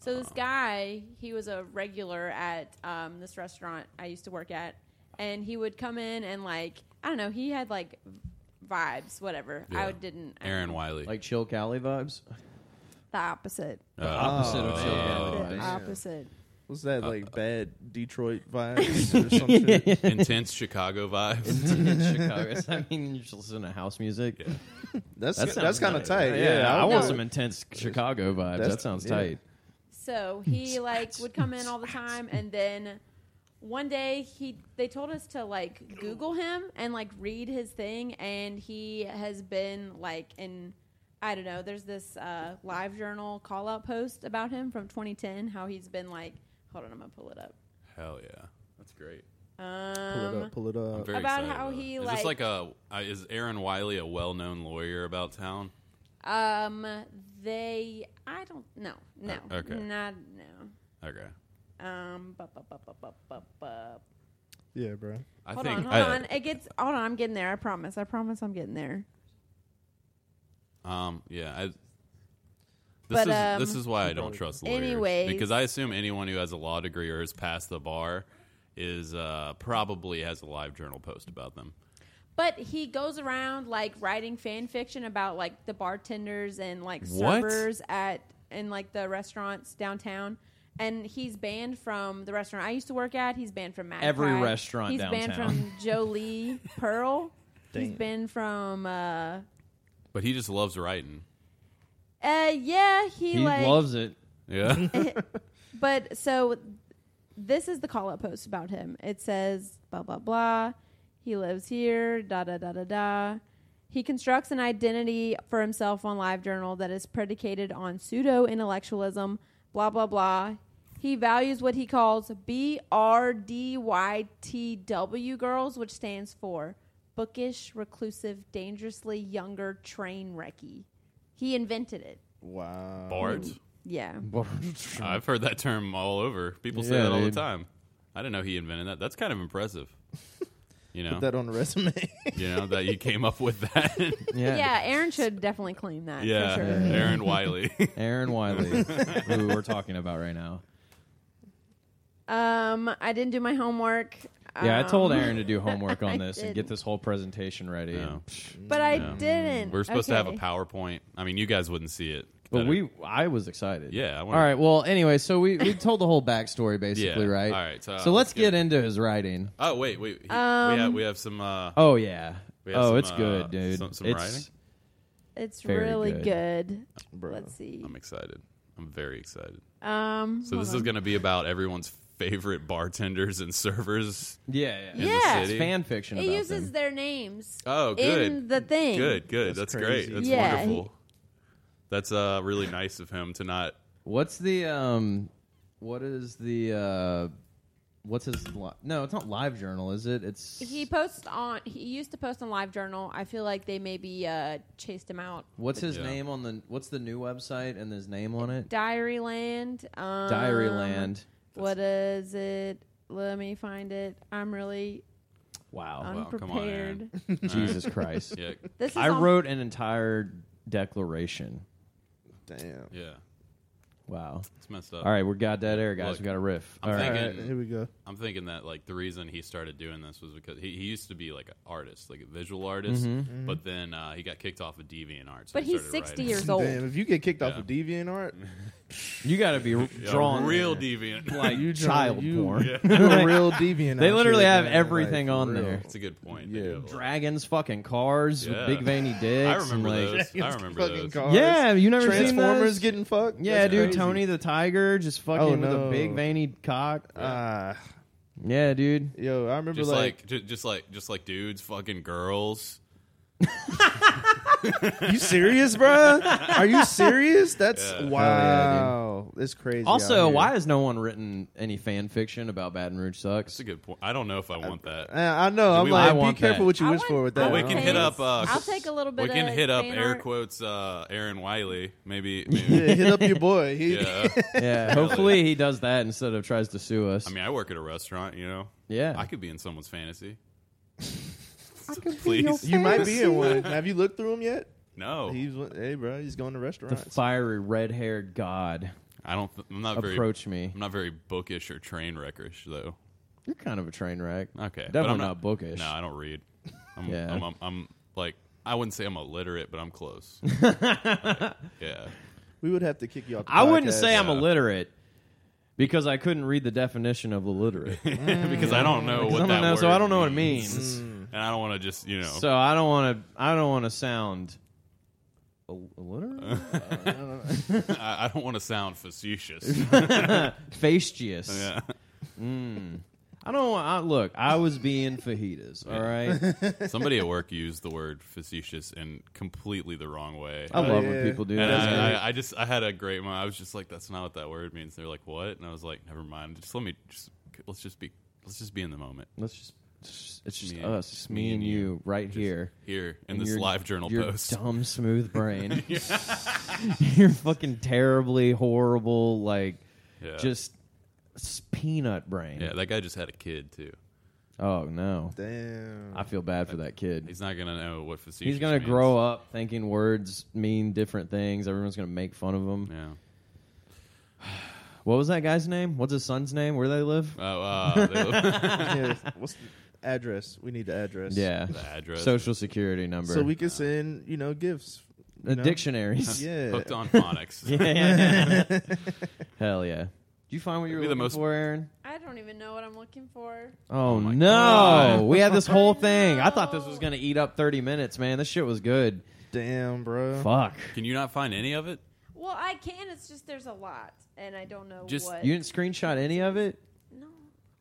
E: So
B: Oh.
E: this guy, he was a regular at um, this restaurant I used to work at, and he would come in and like I don't know, he had like vibes, whatever.
B: Yeah.
E: I didn't. I
B: Aaron
E: don't-
B: Wiley. Uh,
C: Like chill Cali vibes.
E: the opposite.
C: Opposite of chill
B: Oh,
E: The
C: Cali vibes.
E: opposite.
D: What's that
B: Uh,
D: like bad Detroit vibes or something?
B: intense Chicago vibes.
C: in Chicago. I mean, you just listen to house music.
D: That's
C: That
D: that's
C: sounds
D: kind of
C: nice.
D: tight.
C: Yeah,
D: Yeah,
C: I
D: would-
C: want some intense Chicago vibes.
D: That's-
C: That sounds
D: yeah.
C: tight.
E: So he like would come in all the time, and then one day he they told us to like Google him and like read his thing, and he has been like in I don't know. There's this uh, live journal call out post about him from 2010, how he's been like. Hold on, I'm gonna pull it up.
B: Hell yeah. That's great.
E: Um,
D: Pull it up.
C: Uh,
B: I'm very
E: About
B: excited
E: how
B: it.
E: he,
B: is this like
E: like-
B: a uh, is Aaron Wiley a well-known lawyer about town?
E: um, they I don't no no
B: Uh, okay.
E: not no
B: Okay.
E: um. bu- bu- bu- bu- bu- bu- bu-
D: Yeah, bro.
B: I
E: Hold
B: think
E: on, hold on. It gets hold on. I'm getting there. I promise. I promise. I'm getting there.
B: on. Um yeah, I this
E: But,
B: is
E: um,
B: this is why I don't trust lawyers
E: anyways.
B: because I assume anyone who has a law degree or has passed the bar is uh, probably has a live journal post about them.
E: But he goes around like writing fan fiction about like the bartenders and like
B: What?
E: servers at and like the restaurants downtown. And he's banned from the restaurant I used to work at. He's banned from Magpie.
C: Every restaurant
E: He's banned
C: downtown.
E: from Jolie Pearl. He's
D: Damn.
E: banned from. Uh,
B: But he just loves writing.
E: uh, yeah, he,
C: He
E: like
C: loves it.
B: Yeah.
E: But so this is the call out post about him. It says blah blah blah. He lives here, da da da da da. He constructs an identity for himself on LiveJournal that is predicated on pseudo intellectualism, blah blah blah. He values what he calls BRDYTW girls, which stands for bookish, reclusive, dangerously younger train wrecky. He invented it.
D: Wow.
B: Bart.
E: Yeah.
B: I've heard that term all over. People say
C: Yeah,
B: that all
C: dude.
B: the time. I didn't know he invented that. That's kind of impressive. You know,
D: Put that on the resume.
B: you know that you came up with that.
C: Yeah.
E: Yeah, Aaron should definitely claim that.
B: yeah,
E: For sure.
B: Aaron Wiley.
C: Aaron Wiley, who we're talking about right now.
E: Um, I didn't do my homework.
C: Yeah, I told
E: Um,
C: Aaron to do homework on
E: I
C: this and get
E: didn't.
C: this whole presentation ready.
B: No.
E: but I didn't.
B: Mm-hmm. We're supposed to have a
E: Okay.
B: PowerPoint. I mean, you guys wouldn't see it,
C: But
B: Better-
C: we, I was excited.
B: Yeah, I
C: All
B: wanna-
C: right. Well, anyway, so we, we told the whole backstory basically,
B: Yeah,
C: right?
B: all right, so, uh,
C: let's
B: let's
C: get
B: get-
C: into his writing.
B: Oh wait, wait. he- we have we
E: Um,
B: have some. Uh,
C: Oh yeah.
B: We have
C: Oh,
B: some,
C: it's
B: uh,
C: good, dude.
B: some- some
C: it's
B: writing?
E: It's
C: Very
E: really
C: good.
E: good.
D: Bro.
E: Let's see.
B: I'm excited. I'm very excited.
E: Um,
B: So this is going to be about everyone's favorite bartenders and servers.
C: yeah, yeah.
B: in
E: Yeah.
B: the
C: It's
B: city.
C: fan fiction.
E: it
C: about
E: uses
C: them.
E: their names.
B: Oh,
E: In
B: good.
E: the thing.
B: Good, good.
D: That's
B: That's,
D: crazy.
B: great. That's
E: Yeah,
B: wonderful. That's uh really nice of him to not.
C: What's the um? What is the uh? What's his? Li- no, it's not live journal, is it? It's
E: He posts on. He used to post on LiveJournal. I feel like they maybe uh, chased him out.
C: What's his
B: Yeah.
C: name on the? What's the new website and his name on it?
E: Diaryland. Um,
C: Diaryland.
E: What is it? Let me find it. I'm really
C: Wow.
B: Oh, Wow, come on,
E: unprepared.
B: Aaron.
C: Jesus Christ.
B: Yeah,
E: this is
C: I
E: on-
C: wrote an entire declaration.
D: Damn.
B: yeah.
C: Wow.
B: It's messed up.
C: All right, we're got that air, guys.
B: Look,
C: we got a riff.
B: I'm
C: All right.
B: thinking-
D: All right, here we go.
B: I'm thinking that like the reason he started doing this was because he, he used to be like an artist, like a visual artist,
C: Mm-hmm.
B: but then uh, he got kicked off of DeviantArt. So
E: But
B: he
E: he's
B: started
E: 60
B: writing.
E: years old.
D: Damn, if you get kicked off
B: Yeah.
D: of DeviantArt,
A: You got to be r-
B: Yeah,
A: drawn
B: real
A: there.
B: deviant.
A: like
D: You draw-
A: child
D: you-
A: porn.
B: yeah,
D: You a real deviant.
A: They
D: out
A: literally
D: here,
A: have
D: man,
A: everything
D: like, for
A: on
D: real.
A: there.
B: that's a good point. They
D: Yeah.
B: do.
A: Dragons, fucking cars
B: Yeah.
A: with big veiny dicks. and,
B: I remember
A: like-
B: those. I
D: It's
B: remember
D: fucking
B: those.
D: cars.
A: Yeah, have you never seen
D: Transformers
A: those?
D: getting fucked.
A: yeah,
D: That's
A: dude,
D: crazy.
A: Tony the Tiger just fucking
D: Oh,
A: with a
D: no.
A: big veiny cock. Uh,
D: Ah,
A: Yeah, dude.
D: yo, I remember
B: Just
D: like,
B: like, ju- just like, just like dudes fucking girls.
D: you serious, bro? Are you serious? That's
B: Yeah.
D: wow. it's crazy. out
A: Also,
D: here.
A: why has no one written any fan fiction about Baton Rouge
B: That's
A: sucks?
B: a good point. I don't know if I want that.
D: Uh, I know.
B: Do
D: I'm
B: we- I
D: like, be
A: want
D: careful
A: that.
D: what you
E: I
D: wish
E: want-
D: for with
E: I
D: that.
B: Well, we
E: want
B: can
D: Uh,
B: hit up. Uh,
E: I'll take a little bit.
B: we can
E: of
B: hit up
E: fan
B: air
E: uh, art.
B: quotes uh, Aaron Wiley. Maybe.
D: Yeah,
B: maybe
D: hit up your boy. He,
B: yeah.
A: Yeah, hopefully he does that instead of tries to sue us.
B: I mean, I work at a restaurant. You know.
A: yeah.
B: I could be in someone's fantasy. Please,
D: You might be in one. Have you looked through him yet?
B: no.
D: He's hey, bro. He's going to
A: the
D: restaurants.
A: fiery red-haired god
B: I don't. th- I'm not very.
A: approach me.
B: I'm not very bookish or train wreckish though.
A: You're kind of a train wreck.
B: Okay, but
A: Definitely
B: I'm
A: not, bookish.
B: No, I don't read. I'm,
A: Yeah.
B: I'm, I'm, I'm, like I wouldn't say I'm illiterate, but I'm close. yeah,
D: we would have to kick you off. The
A: I wouldn't
D: podcast.
A: say I'm
B: Yeah.
A: illiterate because I couldn't read the definition of illiterate.
B: because I don't know
A: Because
B: what
A: I don't
B: that
A: know,
B: word Mm.
A: so I don't know what it means.
B: and I don't want to just you know.
A: So I don't want to. I don't want to sound ill- illiterate,
B: I, I don't want to sound facetious.
A: fastidious.
B: yeah,
A: Mm. I don't want. I, look, I was being fajitas. All right.
B: somebody at work used the word facetious in completely the wrong way.
A: I love
D: yeah.
A: when people do
B: and
A: that.
B: I, I, I just I had a great moment. I was just like, "That's not what that word means." They're like, "What?" And I was like, "Never mind. Just let me. Just let's just be. Let's just be in the moment
A: Let's just. It's just, it's just
B: Me and-
A: us, just me and you, right here
B: here in
A: And
B: this
A: your-
B: live journal
A: your
B: post."
A: Dumb smooth brain. You're fucking terribly horrible. Like
B: Yeah.
A: just s- peanut brain.
B: yeah, that guy just had a kid too.
A: Oh no,
D: Damn.
A: I feel bad for that kid.
B: He's not gonna know what facetious.
A: He's gonna
B: means.
A: grow up thinking words mean different things. Everyone's gonna make fun of him.
B: Yeah.
A: What was that guy's name? What's his son's name? Where they live?
B: Oh, uh, the
D: Yeah, What's the address? We need the address.
A: Yeah.
B: the address.
A: Social security number.
D: So we can send you know gifts.
A: Uh,
D: You know?
A: dictionaries.
D: Yeah.
B: hooked on phonics.
A: Yeah, yeah, yeah. Hell yeah. Did you find what you were
B: Maybe the
A: looking
B: most-
A: for, Aaron?
E: I don't even know what I'm looking for.
A: Oh,
B: my
A: no.
B: God.
A: We had this whole
E: I
A: thing. I thought this
E: know.
A: was going to eat up 30 minutes, man. This shit was good.
D: Damn, bro.
A: Fuck.
B: Can you not find any of it?
E: Well, I can. It's just there's a lot, and I don't know
B: Just-
E: what.
A: You didn't screenshot any of it?
E: no,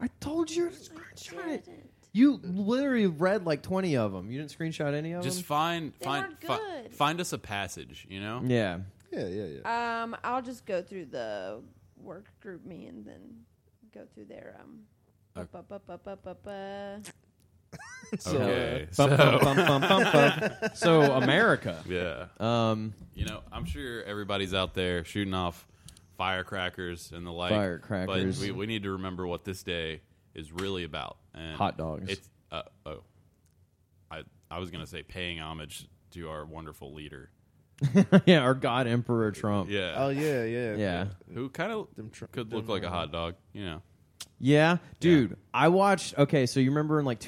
A: I told you to
E: I
A: screenshot it.
E: didn't.
A: You literally read like 20 of them. You didn't screenshot any of
B: Just
A: them?
B: find
E: They
B: find
E: weren't
B: fi-
E: good.
B: find us a passage. You know.
A: yeah.
D: Yeah, yeah, yeah.
E: Um, I'll just go through the work group me and then go through their um. bu- bu- bu- bu- bu- bu- bu-
D: So,
B: Okay.
A: Bum,
B: So-
A: bum, bum, bum, bum, bum. so America.
B: yeah.
A: Um,
B: You know, I'm sure everybody's out there shooting off firecrackers and the like.
A: Firecrackers.
B: But we, we need to remember what this day is really about. And
A: Hot dogs.
B: It's uh, oh, I I was gonna say paying homage to our wonderful leader.
A: yeah, our God Emperor Trump.
B: Yeah.
D: Oh yeah, yeah.
A: Yeah.
B: Who kind of
D: Them tr-
B: could
D: them,
B: look like a
D: uh,
B: hot dog. You know.
A: Yeah, dude. I watched. Okay, so you remember in like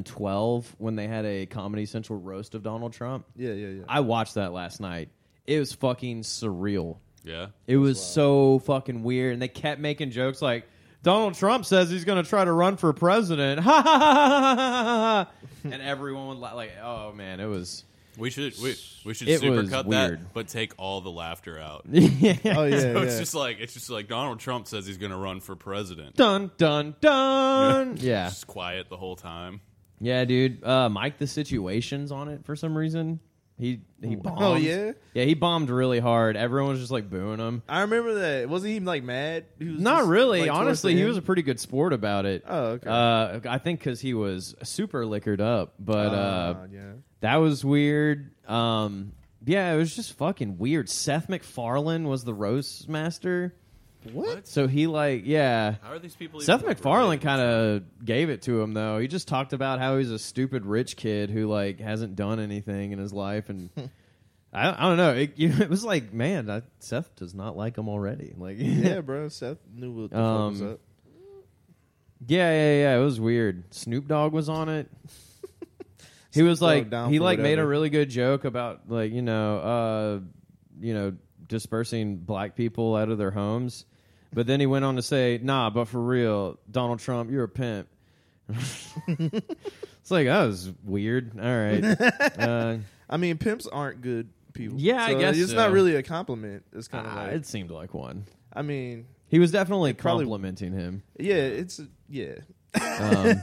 A: 2012 when they had a Comedy Central roast of Donald Trump?
D: Yeah, yeah, yeah.
A: I watched that last night. It was fucking surreal.
B: Yeah.
A: It was so fucking weird, and they kept making jokes like Donald Trump says he's going to try to run for president. Ha ha ha ha ha ha! And everyone would la- like, oh man, it was.
B: We should we, we should
A: It was
B: supercut that,
A: weird.
B: but take all the laughter out.
A: yeah.
D: Oh yeah,
B: so
D: yeah.
B: it's just like it's just like Donald Trump says he's going to run for president.
A: Dun dun dun. Yeah.
B: Just quiet the whole time.
A: Yeah, dude. Uh, Mike, the situation's on it for some reason. He he bombed.
D: yeah?
A: Oh, yeah. He bombed really hard. Everyone was just like booing him.
D: I remember that. Wasn't he like mad? He was
A: Not
D: just,
A: really.
D: like, towards
A: Honestly,
D: the
A: he
D: end?
A: was a pretty good sport about it.
D: Oh, okay.
A: Uh, I think because he was super liquored up, but uh,
D: Ah, yeah.
A: that was weird. Um, yeah, it was just fucking weird. Seth MacFarlane was the roast master,
D: What?
A: so he like yeah.
B: How are these people?
A: Seth
B: even
A: MacFarlane
B: related?
A: kind of gave it to him though. He just talked about how he's a stupid rich kid who like hasn't done anything in his life, and I, I don't know. It, you know, it was like, man, I, Seth does not like him already. Like,
D: Yeah,
A: yeah.
D: bro. Seth knew what the fuck was
A: Um,
D: up.
A: yeah, yeah, It was weird. Snoop Dogg was on it. He was
D: Dogg
A: like,
D: down
A: he
D: for
A: like made a
D: whatever.
A: really good joke about like you know, uh, you know,
C: dispersing black people out of their homes. But then he went on to say, "Nah, but for real, Donald Trump, you're a pimp." it's like that was weird. All right, uh,
D: I mean, pimps aren't good people.
C: Yeah, I
D: So
C: guess
D: it's not
C: so.
D: really a compliment. It's kind of
C: ah,
D: like
C: it seemed like one.
D: I mean,
C: He was definitely
D: probably-
C: complimenting him.
D: yeah, it's yeah.
C: Um,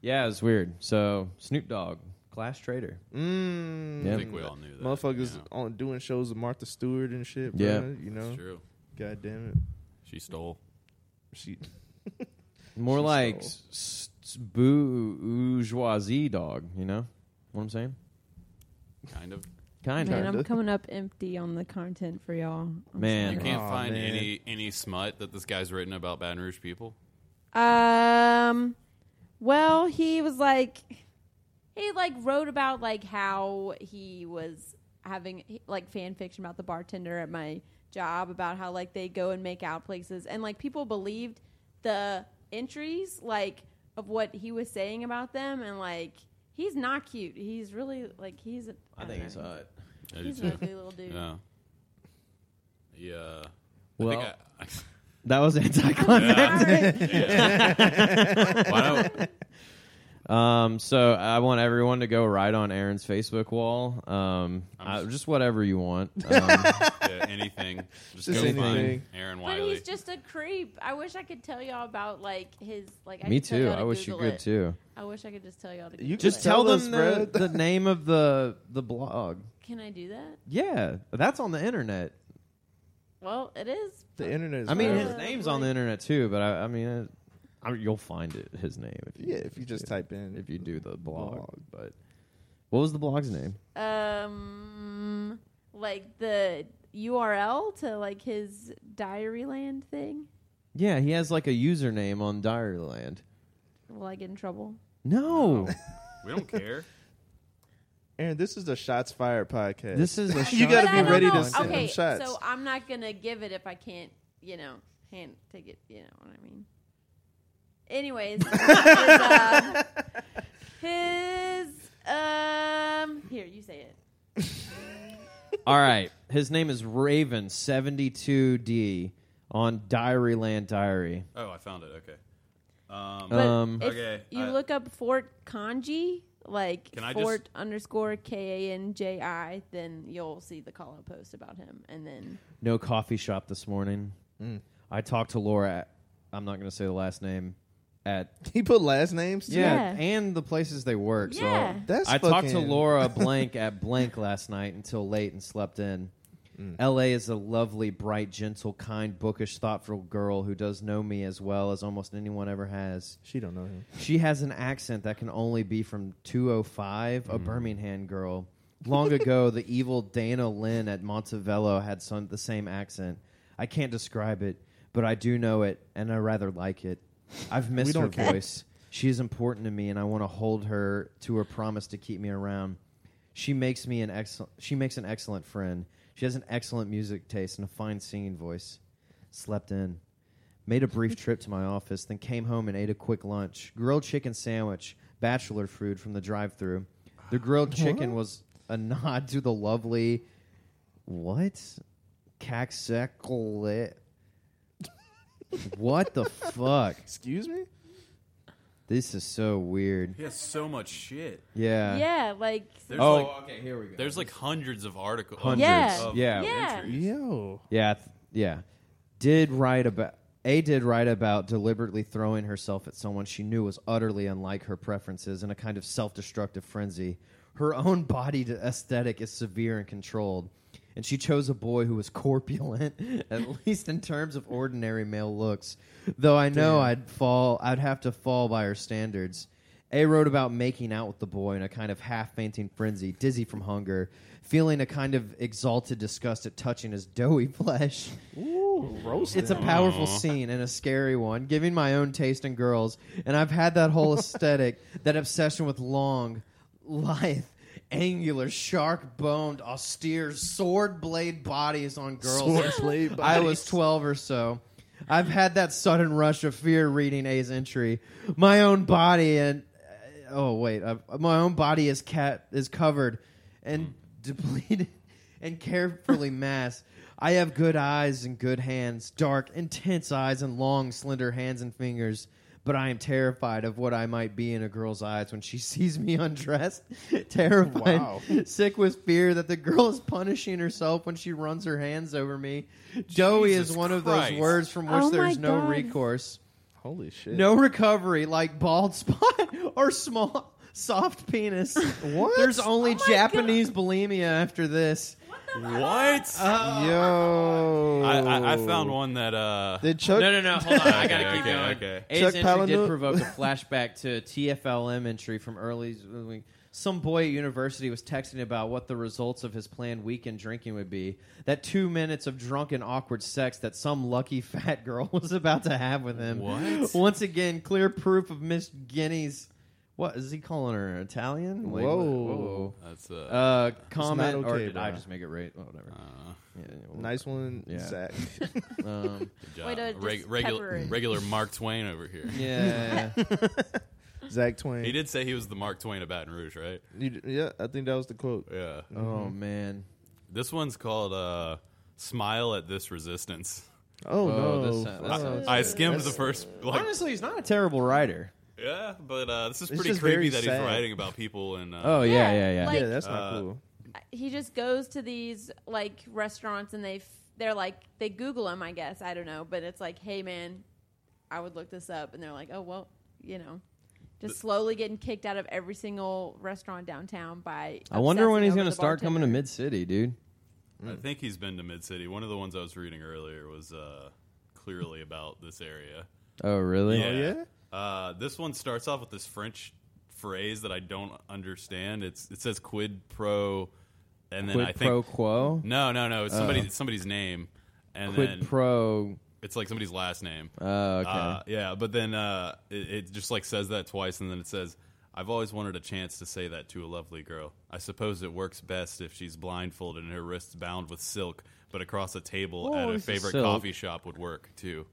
C: yeah, it was weird. So Snoop Dogg, class trader.
D: Mm,
C: Yeah.
B: I think we all knew that.
D: Motherfuckers
B: Yeah,
D: on doing shows with Martha Stewart and shit.
C: Yeah.
D: bruh, you know.
B: it's true.
D: God damn it,
B: She stole.
D: she.
C: More
D: She's
C: like
D: so-
C: s- s- bourgeoisie dog. You know what I'm saying?
B: Kind of.
C: Kind
E: Man,
C: of.
E: I'm coming up empty on the content for y'all. I'm
C: Man.
B: You
C: Yeah.
E: sorry.
B: can't
D: Aw,
B: find
D: man.
B: any any smut that this guy's written about Baton Rouge people.
E: Um, well, he was like, he like wrote about like how he was having like fan fiction about the bartender at my job about how like they go and make out places and like people believed the entries like of what he was saying about them and like he's not cute. He's really like he's. a-
C: I
E: don't
C: think
E: know.
C: it's hot.
B: I do
E: He's
B: too.
E: an ugly little dude.
B: Yeah. Yeah. I
C: Well-
B: think I,
C: That was anti-climax.
E: Alright.
B: why don't-
C: Um, so I want everyone to go right on Aaron's Facebook wall. Um,
B: I'm
C: I-
B: s-
C: just whatever you want. Um,
B: yeah, anything. Just,
D: Just
B: go find
D: anything.
B: Aaron
E: But
B: Wiley.
E: he's just a creep. I wish I could tell y'all about like his like. I
C: me
E: could tell
C: too.
E: y'all to
C: I wish you
E: Google
C: could
E: it.
C: too.
E: I wish I could just tell y'all to.
D: You
E: Google
C: Just
E: it.
C: tell,
D: Tell
C: them
D: us,
C: the, the
D: Brad.
C: name of the the blog.
E: Can I do that?
C: Yeah, that's on the internet.
E: Well, it is.
D: The internet. Is
C: I mean,
D: forever.
C: his name's on the internet too. But I, I mean, it, I, you'll find it. His name, if you
D: yeah. If you just type in,
C: if you do the blog.
D: Blog.
C: But what was the blog's name?
E: Um, like the URL to like his Diaryland thing.
C: Yeah, he has like a username on Direland.
E: Will I get in trouble?
C: No,
B: we don't care.
D: Aaron, this is the Shots Fired podcast.
C: this is a
D: You gotta
E: But
D: be
E: I don't
D: ready to
E: know.
D: send them
E: okay,
D: shots.
E: so I'm not gonna give it if I can't. You know, hand take it. You know what I mean. Anyways, his, um, his um. Here, you say it.
C: All right. His name is Raven seventy two D on Diaryland Diary.
B: Oh, I found it. Okay. Um,
E: But
C: Um,
E: if
B: okay,
E: You
B: I-
E: look up Fort Kanji, like
B: Can I
E: Fort underscore K A N J I, then you'll see the call out post about him. And then
C: No coffee shop this morning. I talked to Laura. I'm not going to say the last name. At
D: he put last names. too?
C: yeah,
E: Yeah.
C: and the places they work.
E: Yeah.
C: So
D: That's
C: I talked to
D: fucking-
C: Laura blank at blank last night until late and slept in. L.A. is a lovely, bright, gentle, kind, bookish, thoughtful girl who does know me as well as almost anyone ever has.
D: She don't know him.
C: She has an accent that can only be from 205,
D: Mm.
C: a Birmingham girl. Long ago, the evil Dana Lynn at Montevello had some, the same accent. I can't describe it, but I do know it, and I rather like it. I've missed her
D: don't care.
C: voice. She is important to me, and I want to hold her to her promise to keep me around. She makes me an excellent. She makes an excellent friend. She has an excellent music taste and a fine singing voice. Slept in made a brief trip to my office, then came home and ate a quick lunch. Grilled chicken sandwich, bachelor food from the drive thru. The grilled chicken was a nod to the lovely what? Caxecolit. what the fuck?
D: Excuse me.
C: This is so weird.
B: he has so much shit.
C: Yeah.
E: yeah, like
B: There's
C: Oh,
B: like
C: okay, here we go.
B: there's like hundreds of articles.
C: Hundreds.
E: Yeah.
B: Of
C: Yeah.
E: Yeah.
B: entries.
D: Yo.
C: Yeah, th- yeah. Did write about A did write about deliberately throwing herself at someone she knew was utterly unlike her preferences in a kind of self-destructive frenzy. Her own body to aesthetic is severe and controlled. And she chose a boy who was corpulent, at least in terms of ordinary male looks. Though I know I'd fall, I'd have to fall by her standards. A wrote about making out with the boy in a kind of half fainting frenzy, dizzy from hunger, feeling a kind of exalted disgust at touching his doughy flesh.
D: Ooh, roast.
C: It's a powerful scene and a scary one, giving my own taste in girls, and I've had that whole aesthetic, that obsession with long, lithe, angular, shark boned, austere, sword blade bodies on girls since I was 12 or so. I've had that sudden rush of fear reading A's entry. My own body and
B: Mm.
C: oh wait, I've, my own body is cat is covered and depleted and carefully mass. I have good eyes and good hands, dark, intense eyes and long, slender hands and fingers. But I am terrified of what I might be in a girl's eyes when she sees me undressed. terrified,
D: Wow.
C: sick with fear that the girl is punishing herself when she runs her hands over me. Joey
B: Jesus
C: is one of
B: Christ.
C: those words from which
E: Oh
C: there's
E: my
C: no
E: God.
C: recourse.
D: Holy shit.
C: No recovery, like bald spot or small soft penis. What? There's only
E: Oh my
C: Japanese bulimia after this.
B: What?
D: Yo.
B: I, I, I
D: Oh.
B: found one that uh.
D: Did Chuck?
A: No, no, no. Hold on. I gotta
B: Okay,
A: keep
B: okay,
A: going.
B: okay.
C: A's
D: Chuck
C: entry
D: Palahniuk?
C: did provoke a flashback to TFLM entry from early. Some boy at university was texting about what the results of his planned weekend drinking would be. That two minutes of drunken, awkward sex that some lucky fat girl was about to have with him.
B: What?
C: Once again, clear proof of Miss Guinea's. What is he calling her? Italian? Like,
D: Whoa.
B: That's uh.
C: uh, comment
D: not
C: or
D: okay,
C: did
D: bro.
C: I just make it right? Oh, whatever.
B: uh,
C: Yeah, yeah, well,
D: Nice one,
C: Yeah.
D: Zach.
C: Um,
B: good job.
E: Way to just
B: Reg-
E: pepper
B: regular
E: it.
B: regular Mark Twain over here.
C: yeah.
D: Zach Twain.
B: He did say he was the Mark Twain of Baton Rouge, right?
D: You d- yeah, I think that was the quote.
B: Yeah.
C: oh man.
B: This one's called uh, "Smile at This Resistance."
D: Oh,
C: Whoa,
D: no.
C: this sound- that
B: I,
C: sounds
B: I
C: good.
B: skimmed the
D: That's-
B: first like
C: Honestly, he's not a terrible writer.
B: yeah, but uh, this is
D: It's
B: pretty
D: just very
B: creepy that he's
D: sad.
B: writing about people and uh,
C: Oh yeah,
E: Yeah,
C: yeah, yeah.
E: like-
D: yeah, that's not
B: Uh,
D: cool.
E: he just goes to these like restaurants and they f- they're like they Google him, I guess. I don't know, but it's like, hey man, I would look this up, and they're like, oh well, you know, just slowly getting kicked out of every single restaurant downtown by.
C: I wonder when
E: obsessing
C: he's
E: over
C: going to
E: the
C: start coming to
E: bartender.
C: Mid City, dude. Oh.
B: I think he's been to Mid City. One of the ones I was reading earlier was uh, clearly about this area.
C: Oh, really?
D: yeah?
B: Uh, this one starts off with this French phrase that I don't understand. It's it says quid pro, and then
C: Quid
B: I think
C: pro quo. Uh-huh.
B: no, no, no. It's somebody it's somebody's name, and
C: Quid
B: then
C: pro.
B: it's like somebody's last name.
C: Uh, okay.
B: Uh, yeah, but then uh, it, it just like says that twice, and then it says, "I've always wanted a chance to say that to a lovely girl. I suppose it works best if she's blindfolded and her wrists bound with silk, but across a table at a
C: is the
B: favorite
C: silk?
B: coffee shop would work too."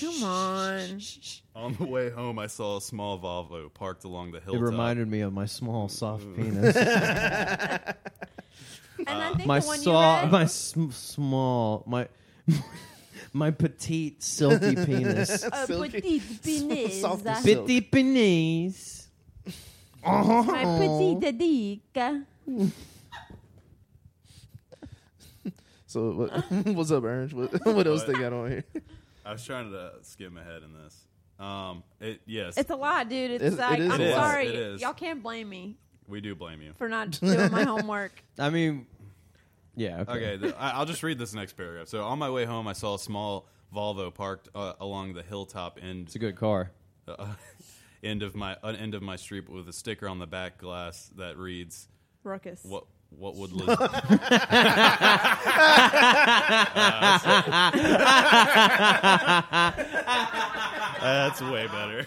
E: Come on,
B: On the way home, I saw a small Volvo parked along the
C: it
B: hilltop.
C: reminded me of my small soft penis.
E: and
D: Ah.
E: I think
C: my
E: the one
C: saw.
E: you read, uh,
C: My sm- small. My. my petite silky penis.
E: uh,
D: Silky-
E: petite penis,
D: soft as silk.
C: Petit penis.
E: my petite dick.
D: So what, what's up, Orange? What, what else they got on here?
B: I was trying to skim ahead in this. Um, it yes,
E: It's a lot, dude. It's
D: It- it
E: like
D: is
E: I'm
D: a lot.
E: sorry,
B: It is.
E: y'all can't blame me
B: we do blame you.
E: for not doing my homework.
C: I mean. Yeah. Okay.
B: Okay, th- I- I'll just read this next paragraph. So, on my way home, I saw a small Volvo parked uh, along the hilltop end
C: It's a good car.
B: uh, end of my uh, end of my street with a sticker on the back glass that reads
E: Ruckus.
B: what what would Liz uh, that's, that's way better.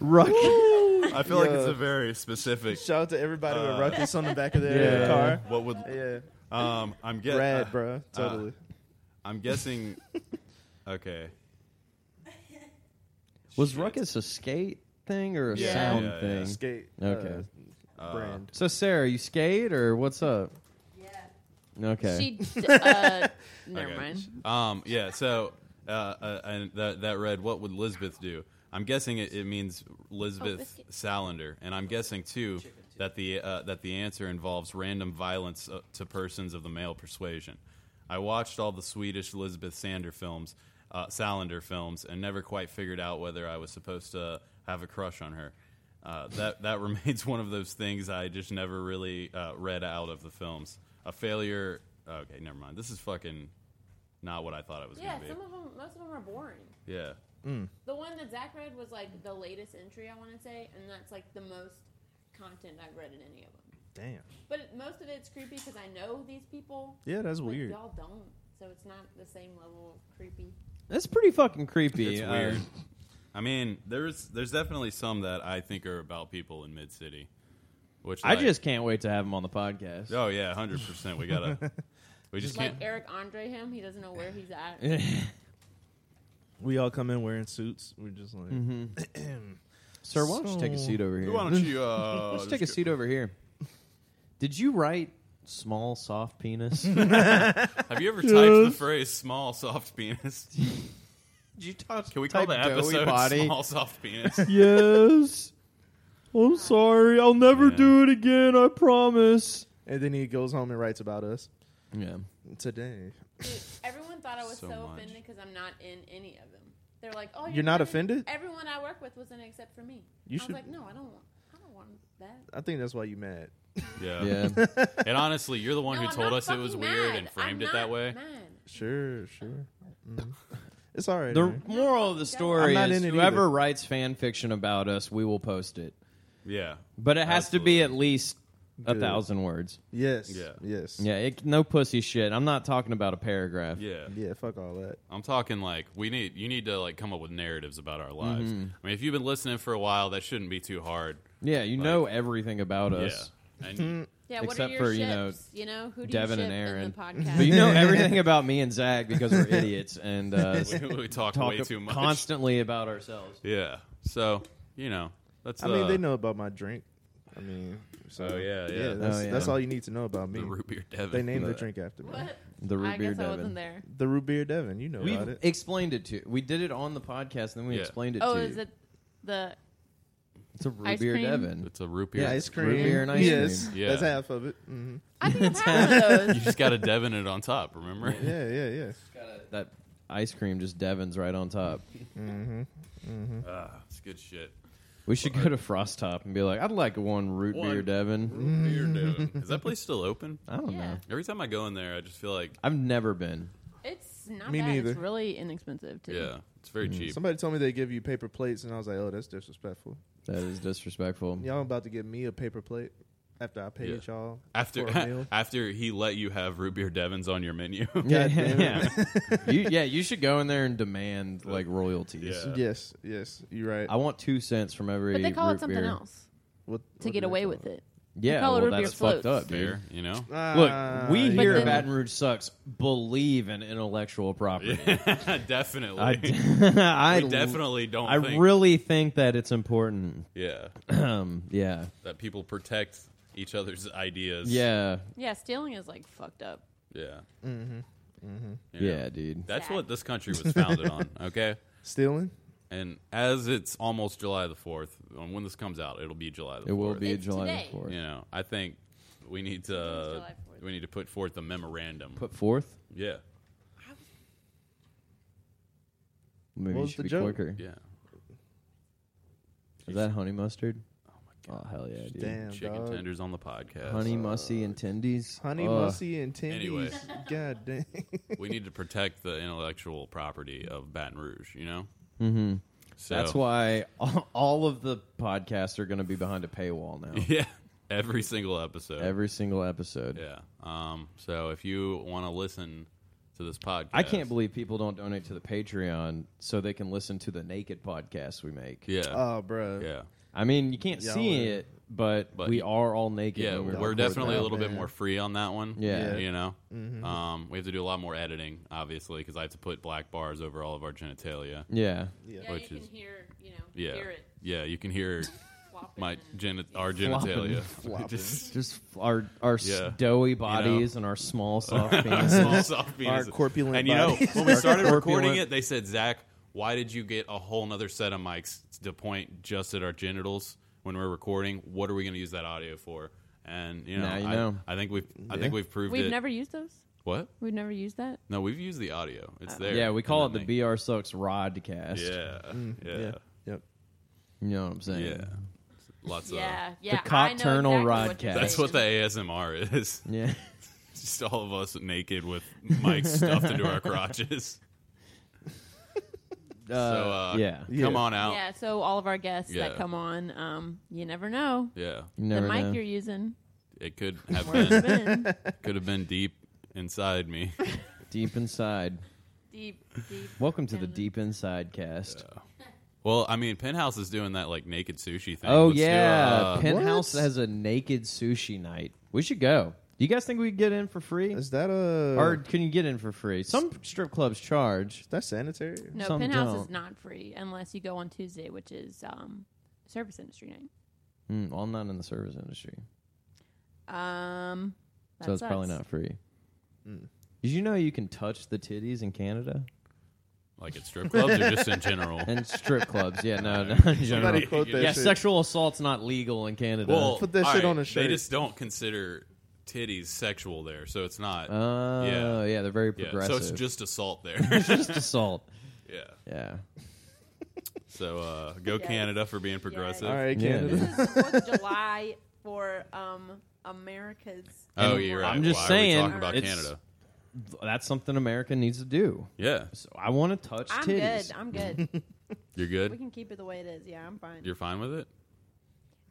C: Ruckus.
B: I feel like it's
D: Yeah.
B: a very specific
D: Shout out to everybody
B: Uh,
D: with ruckus on the back of their
C: Yeah.
D: car.
B: what would
D: Yeah,
B: um I'm getting
D: rad,
B: uh,
D: bro. Totally.
B: I'm guessing okay.
C: Was
B: Shit.
C: Ruckus a skate thing or a
B: Yeah.
C: sound
B: Yeah, yeah.
C: thing?
D: Skate.
C: Okay.
D: Uh, brand.
C: So Sarah, you skate or what's up? Yeah. Okay.
E: She, d- uh, never
B: Okay.
E: mind.
B: Um, yeah. So, uh, uh, and that that read, "What would Lisbeth do?" I'm guessing it, it means Lisbeth
E: biscuit.
B: Salander, and I'm guessing too that the uh, that the answer involves random violence uh, to persons of the male persuasion. I watched all the Swedish Lisbeth Sander films, uh, Salander films, and never quite figured out whether I was supposed to have a crush on her. Uh, that that remains one of those things I just never really uh, read out of the films. A failure. Okay, never mind. This is fucking not what I thought it was
E: Yeah,
B: gonna be.
E: some of them, most of them are boring.
B: yeah.
E: The one that Zach read was like the latest entry, I want to say, and that's like the most content I've read in any of them.
D: Damn.
E: But it- most of it's creepy because I know these people.
D: Yeah, that's
E: but
D: weird.
E: Y'all don't, so it's not the same level of creepy.
C: That's pretty fucking creepy.
B: It's
C: Uh,
B: weird. I mean, there's there's definitely some that I think are about people in mid city. Which
C: I
B: like-
C: just can't wait to have him on the podcast.
B: oh yeah, hundred percent. We gotta we just
E: Like
B: can't.
E: Eric Andre, him, he doesn't know where he's at.
D: We all come in wearing suits. We're just like,
C: Sir, why don't you take a
D: So-
C: seat over here?
B: Why don't you uh,
C: Let's take a seat over here. Did you write small soft penis?
B: Have you ever typed the phrase "small soft penis"?
C: Did you talk?
B: Can we call the episode "small soft penis"?
C: yes. I'm sorry. I'll never
B: Yeah.
C: do it again. I promise.
D: And then he goes home and writes about us
C: Yeah.
D: today.
E: Dude, everyone thought I was so,
B: So much.
E: offended because I'm not in any of them. They're like, "Oh,
D: You're not
E: in it."
D: offended?
E: Everyone I work with was in it except for me.
D: You
E: I was
D: should-
E: like, "No, I don't want. I don't want that."
D: I think that's why you mad.
B: Yeah.
C: Yeah.
B: And honestly, you're the one
E: No,
B: who
E: I'm
B: told
E: not
B: us it was
E: fucking
B: weird
E: mad.
B: and
E: I'm
B: framed it that
E: not
B: way.
E: mad.
D: Sure, sure. Mm. It's all right.
C: the
D: man.
C: moral of the story
D: I'm not
C: is
D: in it
C: whoever
D: either.
C: writes fan fiction about us, we will post it.
B: Yeah.
C: But it has to be
B: Absolutely.
C: at least a
D: Good.
C: thousand words.
D: Yes.
B: Yeah.
D: Yes.
C: Yeah, it, no pussy shit. I'm not talking about a paragraph.
B: Yeah.
D: Yeah. Fuck all that.
B: I'm talking like we need you need to like come up with narratives about our lives.
D: Mm-hmm.
B: I mean, if you've been listening for a while, that shouldn't be too hard.
C: Yeah, you know everything about us.
B: Yeah. And
E: Yeah, what
C: Except
E: are your
C: for,
E: ships?
C: you
E: You
C: know,
E: know, who do
C: Devin
E: you
C: and
E: ship in
C: Aaron.
E: the podcast?
C: But you know everything about me and Zach because we're idiots and uh,
B: we, we talk,
C: talk
B: way too much.
C: constantly about ourselves.
B: Yeah. So, you know, that's
D: I mean,
B: uh,
D: they know about my drink. I mean, so
B: Oh, yeah, yeah.
D: that's,
C: Oh, yeah.
D: that's all you need to know about me.
B: the root beer Devin.
D: they named the
C: But-
D: drink after me.
E: What?
C: The root
E: I
C: beer
E: guess I
C: Devin.
E: wasn't there.
D: The root beer Devin. You know
C: We
D: about it.
C: explained it to. We did it on the podcast, and then we
B: Yeah.
C: explained it
E: Oh,
C: to.
E: is
C: you.
E: it the?
C: It's a root
E: ice
C: beer
E: cream?
C: Devin.
B: It's a root beer.
D: Yeah, ice cream.
C: root beer and ice
D: yes,
B: cream. Yeah.
D: that's half of it. hmm
E: I think I've had one of those.
B: you just got to Devin it on top. Remember?
D: Yeah, yeah, yeah.
C: That ice cream just Devin's right on top.
B: Ah, it's good shit.
C: We should go to Frost Top and be like, "I'd like one root
B: One.
C: beer Devin."
B: Root beer
D: Mm-hmm.
B: Devin. Is that place still open?
C: I don't
E: Yeah.
C: know.
B: Every time I go in there, I just feel like
C: I've never been.
E: It's not
D: Me
E: bad.
D: neither.
E: It's really inexpensive too.
B: yeah, it's very cheap.
D: Somebody told me they give you paper plates, and I was like, "Oh, that's disrespectful."
C: That is disrespectful.
D: Y'all about to give me a paper plate after I paid
B: Yeah. Uh,
D: y'all
B: After
D: for a meal.
B: after he let you have root beer Devins on your menu.
C: Yeah,
D: damn
C: yeah. you, yeah, you should go in there and demand like royalties.
B: Yeah.
D: yes, yes, you're right.
C: I want two cents from every.
E: But they call
C: root
E: it something
C: beer.
E: else
D: What-
E: to
D: what
E: get
D: do they
E: away
D: call
E: with it.
C: Yeah,
E: call it
C: well,
E: root beer
C: that's fucked
E: floats.
C: up, dude.
B: Beer, you know.
C: Look,
D: Ah,
C: we hear
E: then-
C: Baton Rouge sucks. Believe in intellectual property.
B: definitely.
C: I,
B: we
C: I l-
B: definitely don't.
C: I
B: think,
C: really think that it's important.
B: yeah,
C: Um, yeah,
B: that people protect each other's ideas.
C: yeah,
E: Yeah, stealing is like fucked up.
B: yeah,
C: yeah,
B: You know?
C: dude.
B: That's
E: Sad.
B: what this country was founded on. Okay,
D: Stealing?
B: and as it's almost July the fourth, um, when this comes out, it'll be July the
C: It will
B: fourth.
C: be
E: It's
C: July
E: today.
C: fourth.
B: You know, I think we need
E: It's
B: to
E: July 4th.
B: uh, we need to put forth a memorandum.
C: Put forth.
B: yeah,
D: What
C: Maybe you
D: was
C: should
D: the
C: be
D: joke?
C: quicker.
B: yeah.
C: Is that honey mustard? Oh my god! Oh hell yeah, dude!
D: Damn,
B: Chicken
D: dog.
B: tenders on the podcast.
C: Honey musty and tendies.
D: Honey,
C: Ugh.
D: mussy, and tendies.
B: Anyway.
D: God dang.
B: we need to protect the intellectual property of Baton Rouge. You know. Mm-hmm. So,
C: That's why all- all of the podcasts are going to be behind a paywall now.
B: Yeah, every single episode.
C: Every single episode.
B: yeah. Um. So if you want to listen to this podcast,
C: I can't believe people don't donate to the Patreon so they can listen to the naked podcasts we make.
B: Yeah.
D: Oh, bro.
B: yeah.
C: I mean, you can't
D: Yeah,
C: see
D: we're-
C: it, but,
B: But-
C: we are all naked.
B: Yeah,
C: when
B: we're,
C: we're
D: recording
B: definitely a
D: that,
B: little bit
D: man.
B: more free on that one.
C: Yeah. Mm-hmm.
B: you know, um, we have to do a lot more editing, obviously, because I have to put black bars over all of our genitalia.
C: Yeah.
D: Yeah,
E: Yeah,
B: Which
E: you
B: is-
E: can hear, you know,
B: Yeah,
E: hear it
B: yeah, you can hear
E: flopping.
B: my
E: and-
B: geni- our
C: Flopping.
B: genitalia.
D: Flopping.
B: Just
C: Just our our
B: Yeah.
C: doughy bodies and our small soft penises.
B: small soft
D: Our
B: penises.
D: corpulent
B: And you know,
D: bodies.
B: when we
C: Our
B: started recording
C: corpulent-
B: it, they said, Zach, why did you get a whole nother set of mics to point just at our genitals when we're recording? What are we going to use that audio for? And you know,
C: Now you
B: I,
C: know.
B: I think we've I
D: Yeah.
B: think we've proved
E: We've
B: it.
E: never used those.
B: what?
E: We've never used that.
B: No, we've used the audio.
E: Uh,
B: It's there.
C: Yeah, we call it
B: And
C: the
B: then
C: BR Sucks Rodcast.
B: they- Yeah, yeah, yeah.
D: Mm, Yeah. Yep.
C: You know what I'm saying?
B: Lots of.
E: yeah, yeah.
C: Cockaternal
E: I know exactly
C: Rodcast.
E: What
B: uh, That's
E: you're
B: what the ASMR is.
C: Yeah.
B: Just all of us naked with mics stuffed into our crotches. so uh,
C: Uh, yeah.
B: come
D: Yeah.
B: on
E: saying.
B: out.
E: Yeah, so all of our guests
B: Yeah.
E: that come on, um, you never know.
B: yeah.
C: You never
E: the mic
C: know.
E: you're using,
B: It could have
E: where it's
B: been
E: been
B: could have been deep inside me.
C: Deep inside.
E: deep, deep.
C: Welcome to the
E: down in-
C: Deep Inside cast.
B: Well, I mean, Penthouse is doing that like naked sushi thing.
C: Oh
B: Let's do,
C: yeah,
B: uh,
C: Penthouse
D: What?
C: has a naked sushi night. We should go. Do you guys think we could get in for free,
D: Is that a.
C: or can you get in for free? Some strip clubs charge.
D: is that sanitary?
E: No,
C: Some
E: Penthouse is
C: don't.
E: not free unless you go on Tuesday, which is um, service industry night.
C: Hmm, Mm, well, I'm not in the service industry.
E: Um, that
C: so it's
E: sucks.
C: probably not free. Did you know you can touch the titties in Canada
B: Like at strip clubs or just in general?
C: and uh, strip clubs? Yeah, no, no. in general.
D: Somebody quote that
C: Yeah,
D: shit.
C: sexual assault's not legal in Canada.
B: Well,
D: Put that
B: all
D: shit on a
B: They
D: shirt.
B: just don't consider titties sexual there, so it's not.
C: Oh, yeah.
B: yeah.
C: they're very
B: yeah,
C: progressive.
B: so it's just assault there.
C: just assault.
B: yeah.
C: Yeah.
B: So uh, go
E: Yes.
B: Canada for being progressive.
D: All right,
C: Yeah,
D: Canada.
C: dude.
E: This is Fourth of July for um America's.
B: Oh, you're right.
C: I'm just
B: Why
C: saying,
B: Are we talking about
C: it's-
B: Canada.
C: That's something America needs to do.
B: Yeah,
C: So I want to touch
E: I'm
C: titties.
E: good. I'm good. we
B: you're good.
E: can keep it the way it is. Yeah, I'm fine.
B: You're fine with it.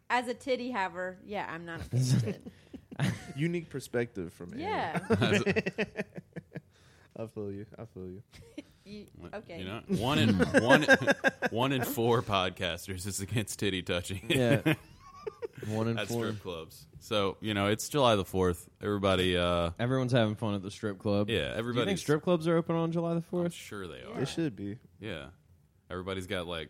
E: As a titty haver, yeah, I'm not offended.
D: Unique perspective from Aaron.
E: yeah.
B: As a-
D: I feel you. I feel you.
E: You- okay.
B: You know, one in one one in four podcasters is against titty touching.
C: Yeah. One in
B: at
C: four.
B: strip clubs. So you know, it's July the fourth. Everybody, uh,
C: Everyone's having fun at the strip club.
B: yeah,
C: Do you
B: everybody.
C: think strip clubs are open on July the
B: I'm
C: 4th?
B: sure they are.
D: It should be.
B: Yeah, everybody's got like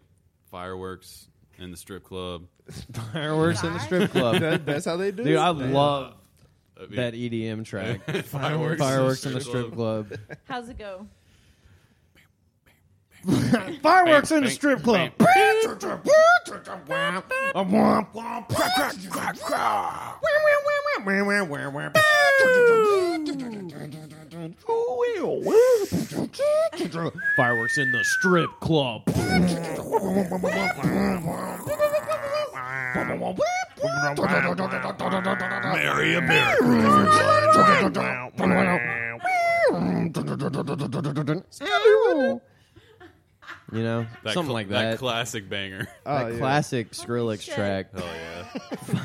B: fireworks in the strip club.
C: Fireworks in the strip club.
D: That, that's how they do
C: Dude,
D: it.
C: I love
B: I mean,
C: that EDM track.
B: fireworks,
C: Fireworks in the strip club.
E: How's it go?
C: Fireworks
B: Bam,
C: in the
B: bam,
C: strip club. Fireworks in the strip club.
F: Merry America, everyone.
C: You know,
B: That
C: something
B: cl-
C: like that.
B: classic banger.
D: Oh,
C: that
D: yeah.
C: classic Skrillex
E: shit.
C: track.
B: Hell yeah!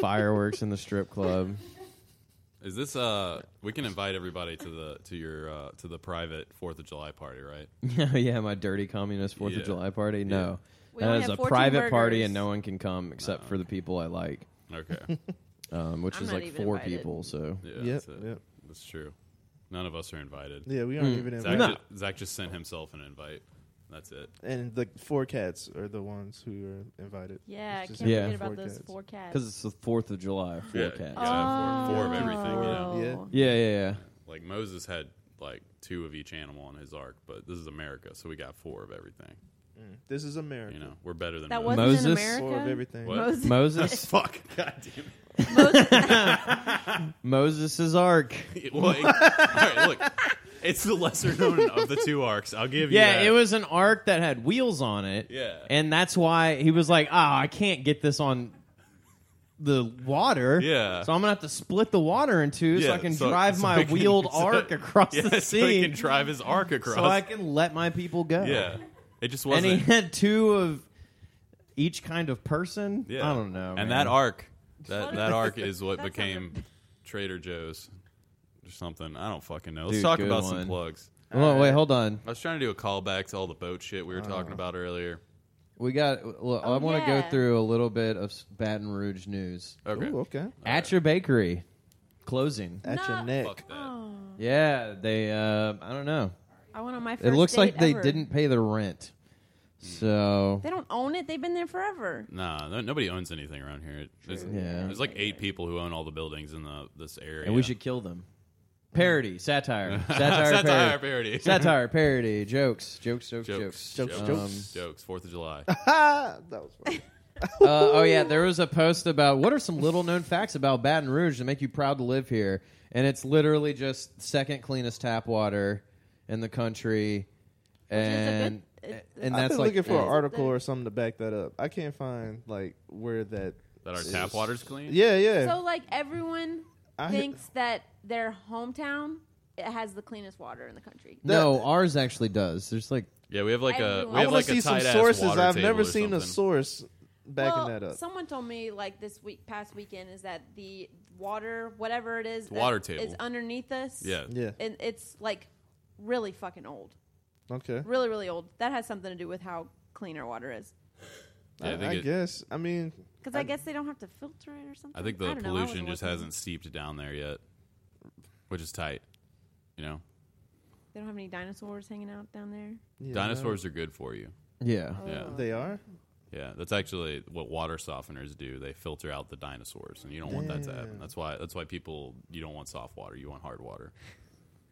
C: Fireworks in the strip club.
B: Is this uh? We can invite everybody to the to your uh, to the private Fourth of July party, right?
C: Oh yeah, my dirty communist Fourth
B: Yeah.
C: of July party. No,
E: We
C: that
E: only
C: is
E: have
C: a
E: 14
C: private party,
E: burgers.
C: and no one can come except for the people I like,
B: Okay.
C: um, which
E: I'm
C: is
E: not
C: like
E: even
C: four
E: invited.
C: people. So
B: Yeah,
D: Yep,
B: that's it.
D: yep.
B: That's true. None of us are invited.
D: Yeah, we
C: Hmm.
D: aren't even
B: Zach,
D: invited.
B: ju- Zach just sent himself an invite. That's it.
D: And the four cats are the ones who are invited.
E: Yeah,
D: It's just
E: can't
C: Yeah.
E: forget about
D: four
E: those
D: cats.
E: four cats.
C: because it's the Fourth of July, four
B: Yeah, you
C: cats.
E: Oh.
B: gotta have four, four of everything. Yeah.
D: Yeah.
C: Yeah, yeah, yeah.
B: Like Moses had like two of each animal on his ark, but this is America, so we got four of everything.
D: This is America.
B: You know, we're better than
E: That wasn't
B: Moses.
E: in
C: Moses?
E: America.
D: Four of everything.
B: What?
E: Moses.
C: Moses,
B: Fuck, God damn
C: Moses' ark.
B: it. Well, it- all right, look, it's the lesser known of the two arcs. I'll give you.
C: Yeah,
B: that.
C: it was an ark that had wheels on it.
B: Yeah.
C: and that's why he was like, "Ah, I can't get this on." The water,
B: Yeah.
C: So I'm gonna have to split the water in two, so
B: Yeah,
C: I can
B: so-
C: drive
B: so
C: my
B: he can-
C: wheeled
B: so-
C: arc across
B: yeah,
C: the
B: so
C: sea,
B: he can drive his arc across.
C: so I can let my people go.
B: yeah, it just
C: and
B: wasn't.
C: he had two of each kind of person.
B: Yeah.
C: I don't know.
B: And
C: man.
B: that arc, that
E: What
B: that
E: is-
B: arc is what
E: That sounds
B: became Trader Joe's or something. I don't fucking know. Let's
C: Dude,
B: talk
C: good
B: about
C: one.
B: some plugs.
C: Well, wait, hold on.
B: I was trying to do a callback to all the boat shit
D: Ah.
B: we were talking about earlier.
C: We got. Look, I
E: Oh,
C: want to
E: yeah.
C: go through a little bit of s- Baton Rouge news.
B: Okay.
D: Ooh, okay.
C: At your bakery, closing.
D: At your
E: No.
D: neck.
B: Fuck that.
C: Yeah, they. Uh, I don't know.
E: I went on my first
C: It looks
E: date
C: like they
E: ever.
C: didn't pay the rent. So
E: They don't own it. They've been there forever.
B: Nah, no, nobody owns anything around here. It- There's,
C: Yeah.
B: there's like eight people who own all the buildings in the this area.
C: and we should kill them. Parody, satire, satire,
B: satire
C: parody.
B: parody.
C: satire, parody, jokes, jokes, jokes, jokes.
B: Jokes,
D: Jokes,
B: jokes,
D: jokes.
B: jokes. Fourth of July.
D: Ah, that was funny.
C: Uh, oh yeah, there was a post about what are some little known facts about Baton Rouge that make you proud to live here, and it's literally just second cleanest tap water in the country, and
E: good- it-
C: and
D: I've
C: that's
D: been
C: like
D: looking for an
E: Yeah.
D: article or something to back that up. I can't find like where that.
B: that our tap water's clean.
D: Yeah, yeah.
E: So like everyone
D: I-
E: thinks that their hometown it has the cleanest water in the country.
C: no, ours actually does. There's like
B: Yeah, we have like a
E: Everyone.
B: we
E: I
D: I
B: have
D: want
B: like
D: to see
B: a
D: some
B: tight ass
D: sources.
B: water
D: I've
B: table
D: never
B: or
D: seen a
B: something.
D: source backing
E: well,
D: that up.
E: someone told me like this week, past weekend, is that the water, whatever it is, that
B: water table.
E: is underneath us.
B: Yeah.
D: yeah.
E: and it's like really fucking old,
D: Okay.
E: really really old. That has something to do with how clean our water is.
B: Yeah, I
D: I,
B: think
D: I
B: it-
D: guess. I mean,
E: Because I, guess they don't have to filter it or something.
B: I think the
E: don't know. I
B: pollution
E: wasn't
B: just
E: looking.
B: hasn't seeped down there yet, which is tight. You know,
E: They don't have any dinosaurs hanging out down there.
D: yeah,
E: Oh.
B: dinosaurs are good for you.
E: Uh,
C: yeah,
B: Yeah,
D: They are.
B: Yeah, that's actually what water softeners do. They filter out the dinosaurs, and you don't want that to happen. That's why that's why people you don't want soft water. You want hard water.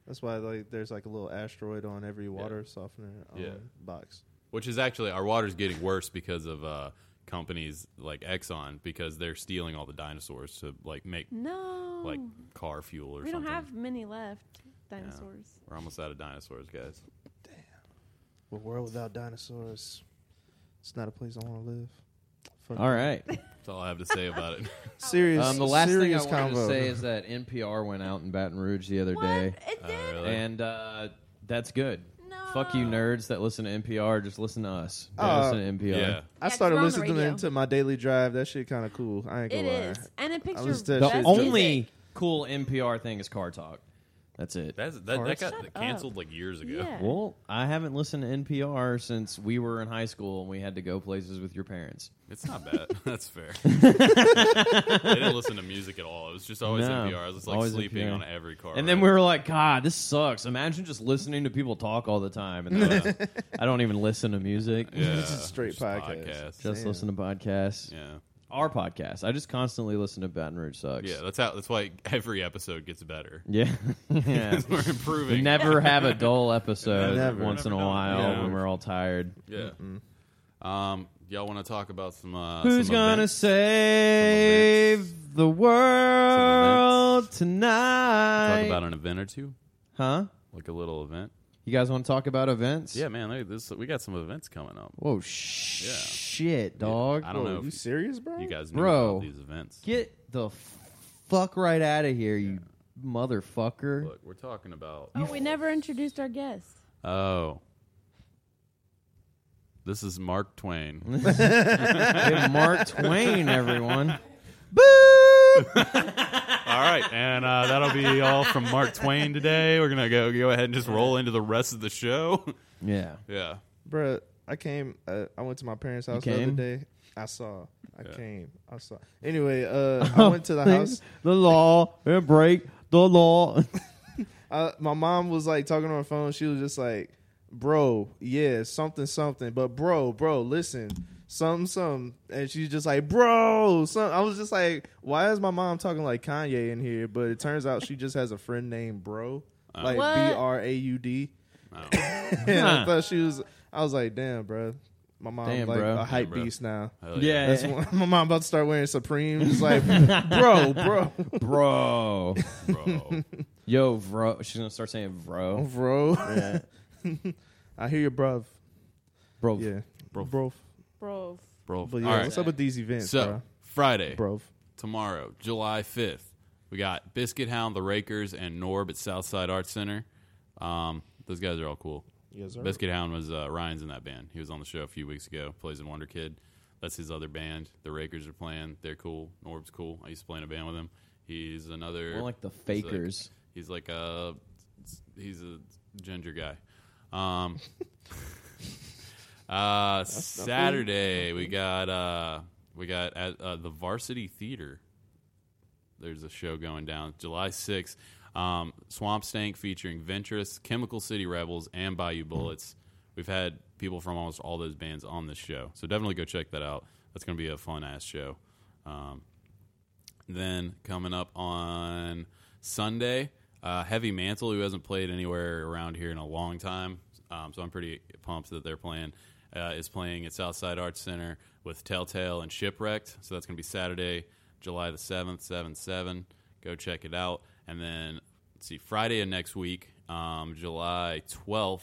D: That's why like there's like a little asteroid on every water softener um,
B: Yeah.
D: box.
B: which is actually our water's getting worse because of uh, companies like Exxon because they're stealing all the dinosaurs to like make
E: No.
B: like car fuel or
E: we
B: something.
E: don't have many left. Dinosaurs.
B: We're almost out of dinosaurs, guys.
D: A world without dinosaurs. It's not a place I want to live.
E: Oh.
D: Fuck
C: All right.
B: That's all I have to say about it.
D: Serious.
C: Um, the last thing I
D: serious
C: wanted
D: convo.
C: to say is that NPR went out in Baton Rouge the other
E: What?
C: day,
E: It
B: Uh,
E: did?
B: really?
C: and uh, that's good.
E: No.
C: Fuck you, nerds that listen to NPR. Just listen to us. Don't
D: Uh,
C: listen to NPR.
B: yeah,
D: I
E: Yeah, 'cause
D: started
E: we're on the
D: listening to,
E: radio.
D: to my daily drive. That shit kind of cool. I ain't
E: It
D: gonna lie.
E: is. And it pictures
D: listen to
C: The
D: that shit
E: best
D: too.
C: only
E: music.
C: cool NPR thing is Car Talk. That's it.
B: That's, that that
D: Shut
B: got canceled like years ago.
E: Yeah.
C: well, I haven't listened to NPR since we were in high school and we had to go places with your parents.
B: It's not bad. That's fair. I didn't listen to music at all. It was just always
C: No,
B: NPR. I was just, like
C: always
B: sleeping
C: NPR.
B: on every car.
C: And then
B: ride.
C: we were like, God, this sucks. Imagine just listening to people talk all the time. And they're like, I don't even listen to music.
B: yeah,
D: This is straight
B: just
D: podcast.
C: Just
D: Damn.
C: listen to podcasts.
B: yeah,
C: Our podcast. I just constantly listen to Baton Rouge Sucks.
B: yeah. That's how. That's why every episode gets better.
C: Yeah. yeah.
B: we're improving.
C: We never have a dull episode
D: Never.
C: once in a
B: Never
C: while
B: done. Yeah.
C: when we're all tired.
B: Yeah. Um, y'all want to talk about some? Uh,
C: Who's
B: some
C: gonna
B: events?
C: save the world
B: talk
C: tonight?
B: about an event or two?
C: huh?
B: Like a little event?
C: You guys want to talk about events?
B: Yeah, man. Look, at this we got some events coming up.
C: Whoa, sh- shit, dog.
B: I don't
D: Whoa,
B: know.
D: you
B: If you,
D: serious, bro?
B: guys know
C: Bro.
B: about these events.
C: Get the fuck right out of here, you motherfucker.
B: Look, we're talking about.
E: Oh, we never introduced our guests.
B: Oh. This is Mark Twain.
C: Hey, Mark Twain, everyone.
B: all right, and uh, that'll be all from Mark Twain today. We're gonna go go ahead and just roll into the rest of the show.
C: Yeah.
B: yeah.
D: Bruh, I came. Uh, I went to my parents' house the other
C: came?
D: day. I saw. I
B: Yeah.
D: came. I saw. Anyway, uh, I went to the house.
C: the law and break the law.
D: I, Uh, my mom was like talking on her phone. She was just like, "Bro, yeah, something, something." But bro, bro, listen, something, something. And she's just like, "Bro, some." I was just like, "Why is my mom talking like Kanye in here?" But it turns out she just has a friend named Bro,
B: Oh.
D: like B
E: What?
D: R A U D. And I thought she was. I was like, "Damn, bro." My mom
C: Damn,
D: like
C: bro.
D: a hype
B: Damn, bro.
D: beast now.
B: Hell
D: That's
C: Yeah.
D: when my mom about to start wearing Supreme. It's like, bro, bro,
C: Bro.
B: bro.
C: Yo, bro. She's going to start saying bro.
D: bro. I hear you, bruv.
C: Bro.
D: Yeah,
B: Bro.
D: bro.
E: Bro.
B: Bro.
D: But yeah,
B: all right.
D: what's up with these events,
B: So Friday,
D: bro? Bro,
B: tomorrow, July 5th. We got Biscuit Hound, the Rakers, and Norb at Southside Arts Center. Um, those guys are all cool.
D: Yes, sir.
B: Biscuit Hound was uh, Ryan's in that band. He was on the show a few weeks ago. Plays in Wonder Kid. That's his other band. The Rakers are playing. They're cool. Norb's cool. I used to play in a band with him. He's another.
C: More like the
B: he's like-
C: fakers.
B: He's like, a he's a ginger guy. Um, uh, Saturday we got uh, we got at uh, the Varsity Theater. There's a show going down July 6th. Um, Swamp Stank featuring Ventress, Chemical City Rebels, and Bayou Bullets. We've had people from almost all those bands on this show, so definitely go check that out. That's going to be a fun ass show. Um, then coming up on Sunday, uh, Heavy Mantle, who hasn't played anywhere around here in a long time, um, so I'm pretty pumped that they're playing, uh, is playing at Southside Arts Center with Telltale and Shipwrecked. So that's going to be Saturday, July the 7th, 7 7. Go check it out. And then, let's see, Friday of next week, um, July 12th,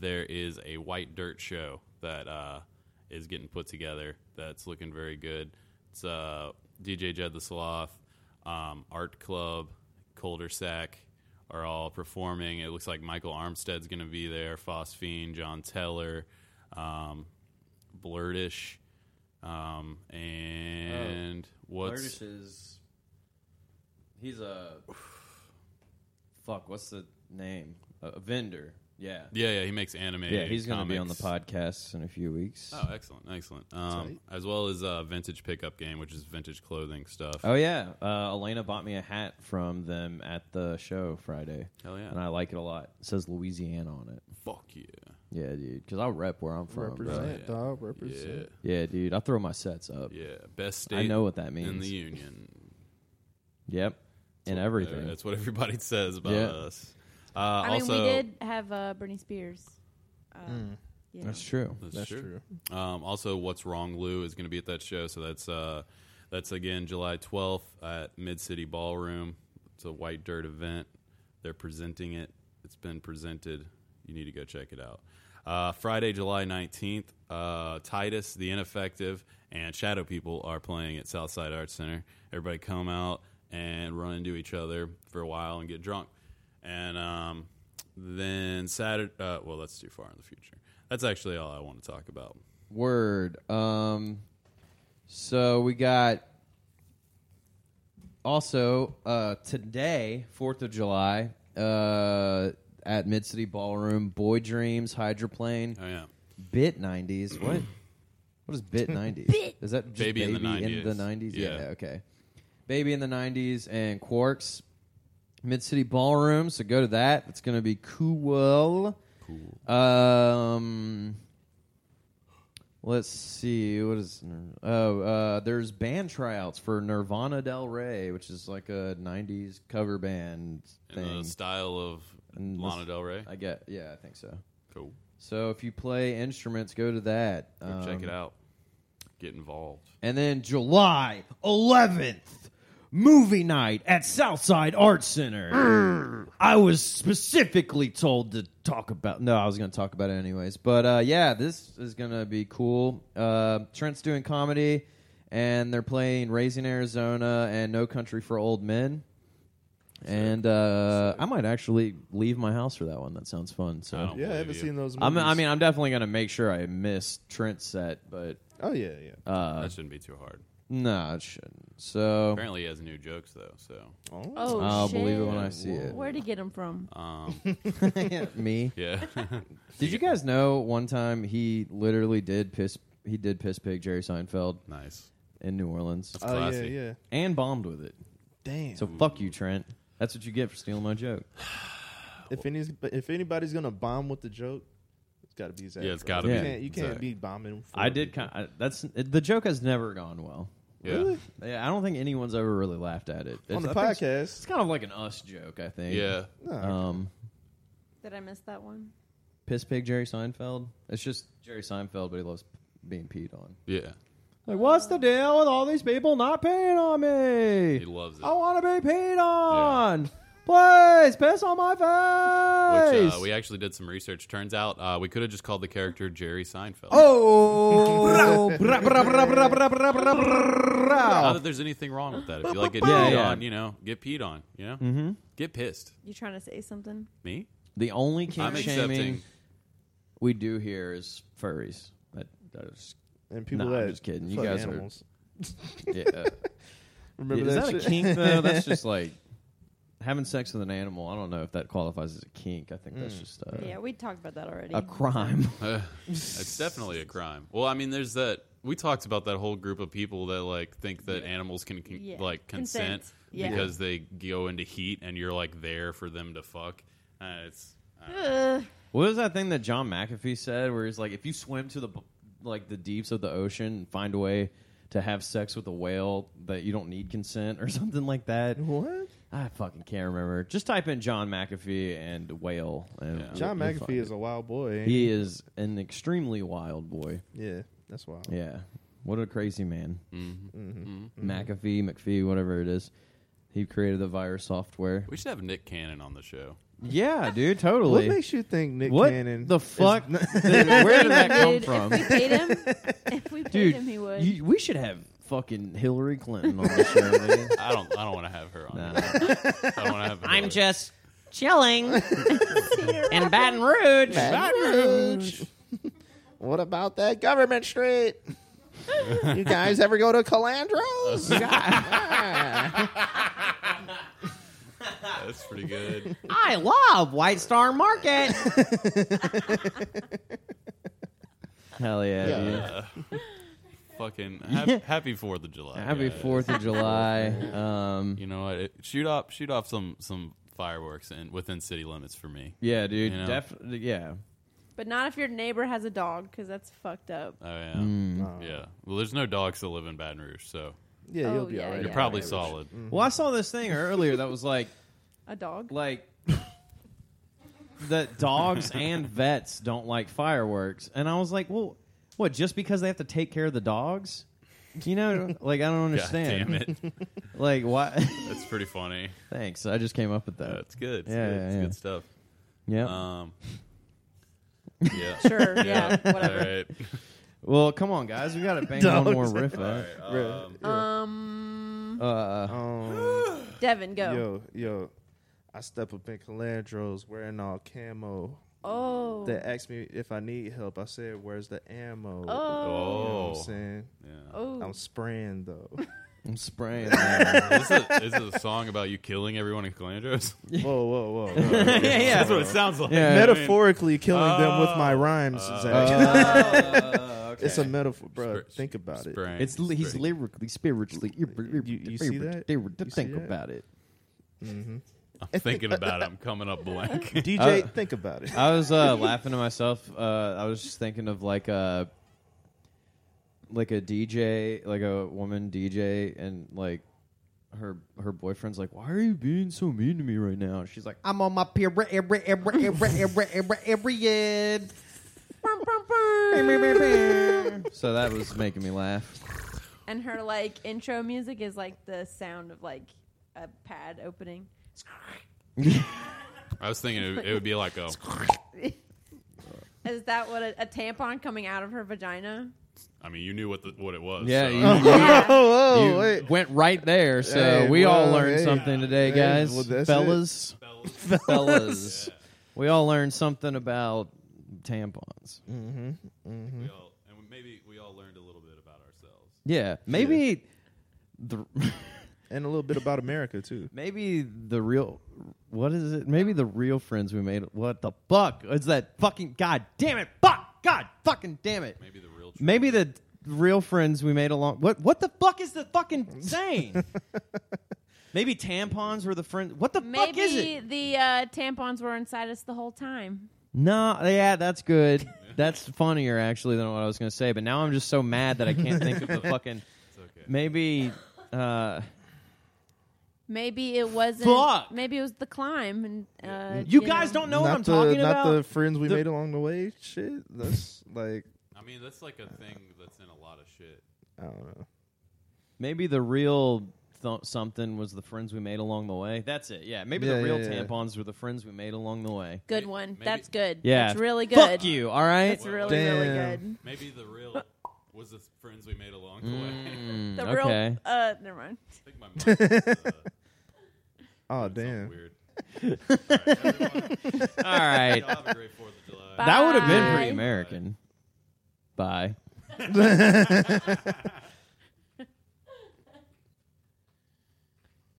B: there is a white dirt show that uh, is getting put together that's looking very good. It's uh, DJ Jed the Sloth, um, Art Club, Colder Sack are all performing. It looks like Michael Armstead's going to be there, Phosphine, John Teller, um, Blurtish, um, and what's.
C: is. He's a. Fuck, what's the name? A, a vendor. Yeah.
B: Yeah, yeah, he makes anime.
C: Yeah, he's going to be on the
B: comics.
C: podcast in a few weeks.
B: Oh, excellent, excellent. Um, as well as uh, vintage pickup game, which is vintage clothing stuff.
C: Oh yeah, uh, Elena bought me a hat from them at the show Friday,
B: Hell yeah.
C: and I like it a lot. It says Louisiana on it.
B: Fuck yeah.
C: Yeah, dude. Because I rep where I'm from. bro.
D: Represent.
B: Yeah.
G: dog.
B: Yeah,
G: Represent.
C: Yeah, dude. I throw my sets up.
B: yeah. Best state.
C: I know what that
B: in the
C: means.
B: union.
C: Yep. And everything.
B: That's what everybody says about
C: Yeah.
B: us. Uh,
E: I mean,
B: also,
E: we did have uh, Britney Spears. Uh, you know.
C: That's true.
B: That's,
D: That's true.
B: true. Um, also, what's wrong, Lou is going to be at that show. So that's uh, that's again July twelfth at Mid City Ballroom. It's a white dirt event. They're presenting it. It's been presented. You need to go check it out. Uh, Friday, July nineteenth. Uh, Titus, the Ineffective, and Shadow People are playing at Southside Arts Center. Everybody come out and run into each other for a while and get drunk. And um, then Saturday. Uh, well, that's too far in the future. That's actually all I want to talk about.
C: Word. Um, so we got also uh, today, Fourth of July, uh, at Mid City Ballroom, Boy Dreams, Hydroplane,
B: Oh yeah,
C: Bit Nineties. What? What is Bit Nineties? Is that just
B: Baby in the 90s.
C: the 90s? Yeah.
B: Yeah.
C: okay. Baby in the nineties and Quarks, Mid City Ballroom. So go to that. It's going to be cool.
B: cool.
C: Um, let's see. What is? Oh, uh, there's band tryouts for Nirvana Del Rey, which is like a '90s cover band
B: In
C: thing.
B: the style of
C: And
B: Lana
C: this-
B: Del Rey.
C: I get. Yeah, I think so.
B: Cool.
C: So if you play instruments, go to that.
B: Go check it
C: Um,
B: out. Get involved.
C: And then July 11th, movie night at Southside Arts Center. I was specifically told to talk about. No, I was going to talk about it anyways. But uh, yeah, this is going to be cool. Uh, Trent's doing comedy, and they're playing Raising Arizona and No Country for Old Men. And uh, I might actually leave my house for that one. That sounds fun.
B: I
C: So
B: don't
D: Yeah, I
B: believe
D: haven't
B: you.
D: seen those. Movies.
C: I'm, I mean, I'm definitely going to make sure I miss Trent's set, but
D: oh yeah, yeah.
C: uh,
B: that shouldn't be too hard.
C: no, it shouldn't. So
B: Apparently, he has new jokes though. So,
E: Oh,
C: I'll
E: shit.
C: believe it when I see it.
E: Where'd he get him from?
B: um,
C: Me.
B: yeah.
C: Did you guys know one time he literally did piss? He did piss pig Jerry Seinfeld
B: nice.
C: in New Orleans
B: That's
D: Oh yeah,
B: classy.
D: yeah.
C: and bombed with it.
D: Damn.
C: So fuck you, Trent. That's what you get for stealing my joke.
D: if any, if anybody's gonna bomb with the joke, it's got to be Zach.
B: Yeah, it's
D: bro.
B: gotta
D: you
C: be
D: Can't, you
B: Zach.
D: can't be bombing. for
C: I did
D: people.
C: kind. I, that's the joke has never gone well.
B: Yeah.
C: Yeah, I don't think anyone's ever really laughed at it.
D: on the
C: I think it's-
D: podcast.
C: It's kind of like an us joke, I think.
B: Yeah.
C: Um,
E: Did I miss that one?
C: piss pig Jerry Seinfeld. It's just Jerry Seinfeld, but he loves being peed on.
B: Yeah.
C: Like, what's the deal with all these people not paying on me?
B: He loves it.
C: I want to be peed on. Please, piss on my face.
B: Which uh, we actually did some research. Turns out uh, we could have just called the character Jerry Seinfeld.
C: oh, bra, bra, bra, bra, bra, bra, bra,
B: Not
C: bra.
B: that there's anything wrong with that. If you like getting
C: Yeah,
B: peed
C: yeah.
B: on, you know, get peed on. You know, mm-hmm. get pissed.
E: You trying to say something?
B: Me?
C: The only kink
B: I'm
C: shaming
B: accepting.
C: we do here is furries. That, that is,
D: and people
C: Nah,
D: that
C: I'm just kidding. You
D: fuck
C: guys are-
D: animals.
C: yeah.
D: Remember
C: is that
D: shit?
C: a kink though? That's just like having sex with an animal. I don't know if that qualifies as a kink. I think that's just uh,
E: Yeah, we talked about that already.
C: a crime.
B: It's definitely a crime. Well, I mean, there's that. We talked about that whole group of people that like think that animals can, con-
E: Yeah.
B: like consent,
E: Consent. Yeah.
B: because they go into heat and you're like there for them to fuck. Uh, it's
E: Ugh.
C: What was that thing that John McAfee said, where he's like, if you swim to the b- like the deeps of the ocean and find a way to have sex with a whale, that you don't need consent or something like that?
D: What?
C: I fucking can't remember. Just type in John McAfee and whale, and
B: Yeah.
C: you'll-
D: John
C: you'll find
D: McAfee is
C: it.
D: a wild boy. ain't
C: he is an extremely wild boy.
D: Yeah, that's wild.
C: Yeah, what a crazy man.
D: Mm-hmm.
C: Mm-hmm. McAfee, McPhee, whatever it is. He created the virus software.
B: we should have Nick Cannon on the show.
C: Yeah, dude,
D: What
C: totally.
D: makes you think Nick
C: What
D: Cannon?
C: the
D: is-
C: fuck? Where did that come
E: Dude,
C: from?
E: If we paid him, if we paid
C: Dude,
E: him, he would.
C: you- we should have fucking Hillary Clinton on the show. dude.
B: I don't. I don't want to have her on.
C: Nah.
B: I don't want to have. Hillary.
A: just chilling in Baton Rouge.
D: What about that government street? you guys ever go to Calandro's?
B: That's pretty good.
A: I love White Star Market.
C: Hell yeah! dude.
B: Uh, fucking ha- happy Fourth of July.
C: Happy
B: guys.
C: Fourth of July. Um,
B: You know what? It- Shoot off. Shoot off some some fireworks and within city limits for me.
C: yeah, dude.
B: You know?
C: Def- yeah.
E: But not if your neighbor has a dog, because that's fucked up.
B: Oh yeah,
C: Hmm.
B: yeah. Well, there's no dogs that live in Baton Rouge, so
D: Yeah, you'll
E: Oh,
D: be
E: yeah,
D: alright.
E: yeah.
B: you're probably solid.
A: Well, I saw this thing earlier that was like,
E: A dog?
A: like that dogs and vets don't like fireworks, and I was like, well, what? Just because they have to take care of the dogs? You know, like I don't
B: God
A: understand.
B: damn it,
A: Like why?
B: that's pretty funny.
A: Thanks, I just came up with that.
B: That's good. It's
A: Yeah,
B: good.
A: yeah,
B: It's
A: yeah.
B: good stuff.
A: Yeah.
B: Um, yeah.
E: Sure. yeah. Whatever.
B: All right.
A: well, come on, guys, we got to bang
D: Dogs.
A: one more riff out.
B: Um,
E: Um,
A: Uh,
D: Um,
E: Devin, go.
D: yo, yo, I step up in Calandros wearing all camo.
E: Oh.
D: They asked me if I need help. I said, "Where's the ammo?"
E: Oh.
D: You know what
B: oh.
D: I'm saying?
B: Yeah.
E: Oh.
D: I'm spraying though.
A: I'm spraying. yeah,
B: Is this, a, is this a song about you killing everyone in Calandros?
D: whoa, whoa, whoa! whoa.
A: yeah.
B: That's what it sounds like.
A: Yeah.
D: Metaphorically killing them with my rhymes, Zach. It's a metaphor, bro.
B: Spr-
D: Think about it.
B: Spraying.
A: It's li- he's
B: Spraying.
A: lyrically, spiritually. You,
D: you see that?
A: They were to
D: You see
A: think
D: that?
A: about it.
B: I'm thinking about it. I'm coming up blank.
D: DJ, think about it.
A: I was uh, laughing to myself. Uh, I was just thinking of like a like a DJ, like a woman DJ, and like her her boyfriend's like, "Why are you being so mean to me right now?" And she's like, "I'm on my period, every every every every every period." "Eh." so that was making me laugh.
E: And her like intro music is like the sound of like a pad opening.
B: I was thinking it, it would be like a.
E: Is that what a, a tampon coming out of her vagina?
B: I mean, you knew what the, what it was.
A: Yeah,
B: so.
A: you,
E: Yeah.
D: oh,
A: you went right there. So
D: Hey,
A: we all
D: well,
A: learned
D: hey.
A: something today,
D: Hey,
A: guys.
D: well, that's
A: fellas,
B: Fellas.
A: fellas, we all learned something about tampons.
B: We all, and maybe we all learned a little bit about ourselves.
A: Yeah, maybe the
D: and a little bit about America too.
A: maybe the real what is it? Maybe the real friends we made. What the fuck is that? Fucking god damn it! Fuck god fucking damn it!
B: Maybe the real. Truth.
A: Maybe the real friends we made along. What what the fuck is the fucking saying? Maybe tampons were the friends. What the fuck is it?
E: Maybe the uh, tampons were inside us the whole time.
A: No, yeah, that's good. That's funnier actually than what I was going to say. But now I'm just so mad that I can't think of the fucking.
B: It's okay.
A: Maybe. Uh,
E: Maybe it wasn't.
A: Fuck.
E: Maybe it was the climb. And uh,
A: you guys don't know what I'm
D: not the
A: talking
D: not
A: about.
D: the friends we
A: The-
D: made along the way. Shit, that's like
B: I mean, that's like a thing that's in a lot of shit.
D: I don't know.
A: Maybe the real th- something was the friends we made along the way. That's it. Yeah. Maybe
D: Yeah,
A: the real
D: yeah, yeah.
A: tampons were the friends we made along the way.
E: Good
B: May-
E: one.
B: maybe-
E: That's good.
A: Yeah.
E: That's really good.
A: Fuck you. All right.
E: That's really really
D: Damn.
E: good.
B: Maybe the real was the friends we made along the way.
A: Mm,
E: The
A: okay.
E: real. Uh, never mind.
B: I think my mic is, uh,
D: Oh
B: doing something
D: damn.
B: Weird.
A: All right.
B: Y'all have a great Fourth of July.
E: Bye.
A: that would have been
E: Bye.
A: pretty American. Bye.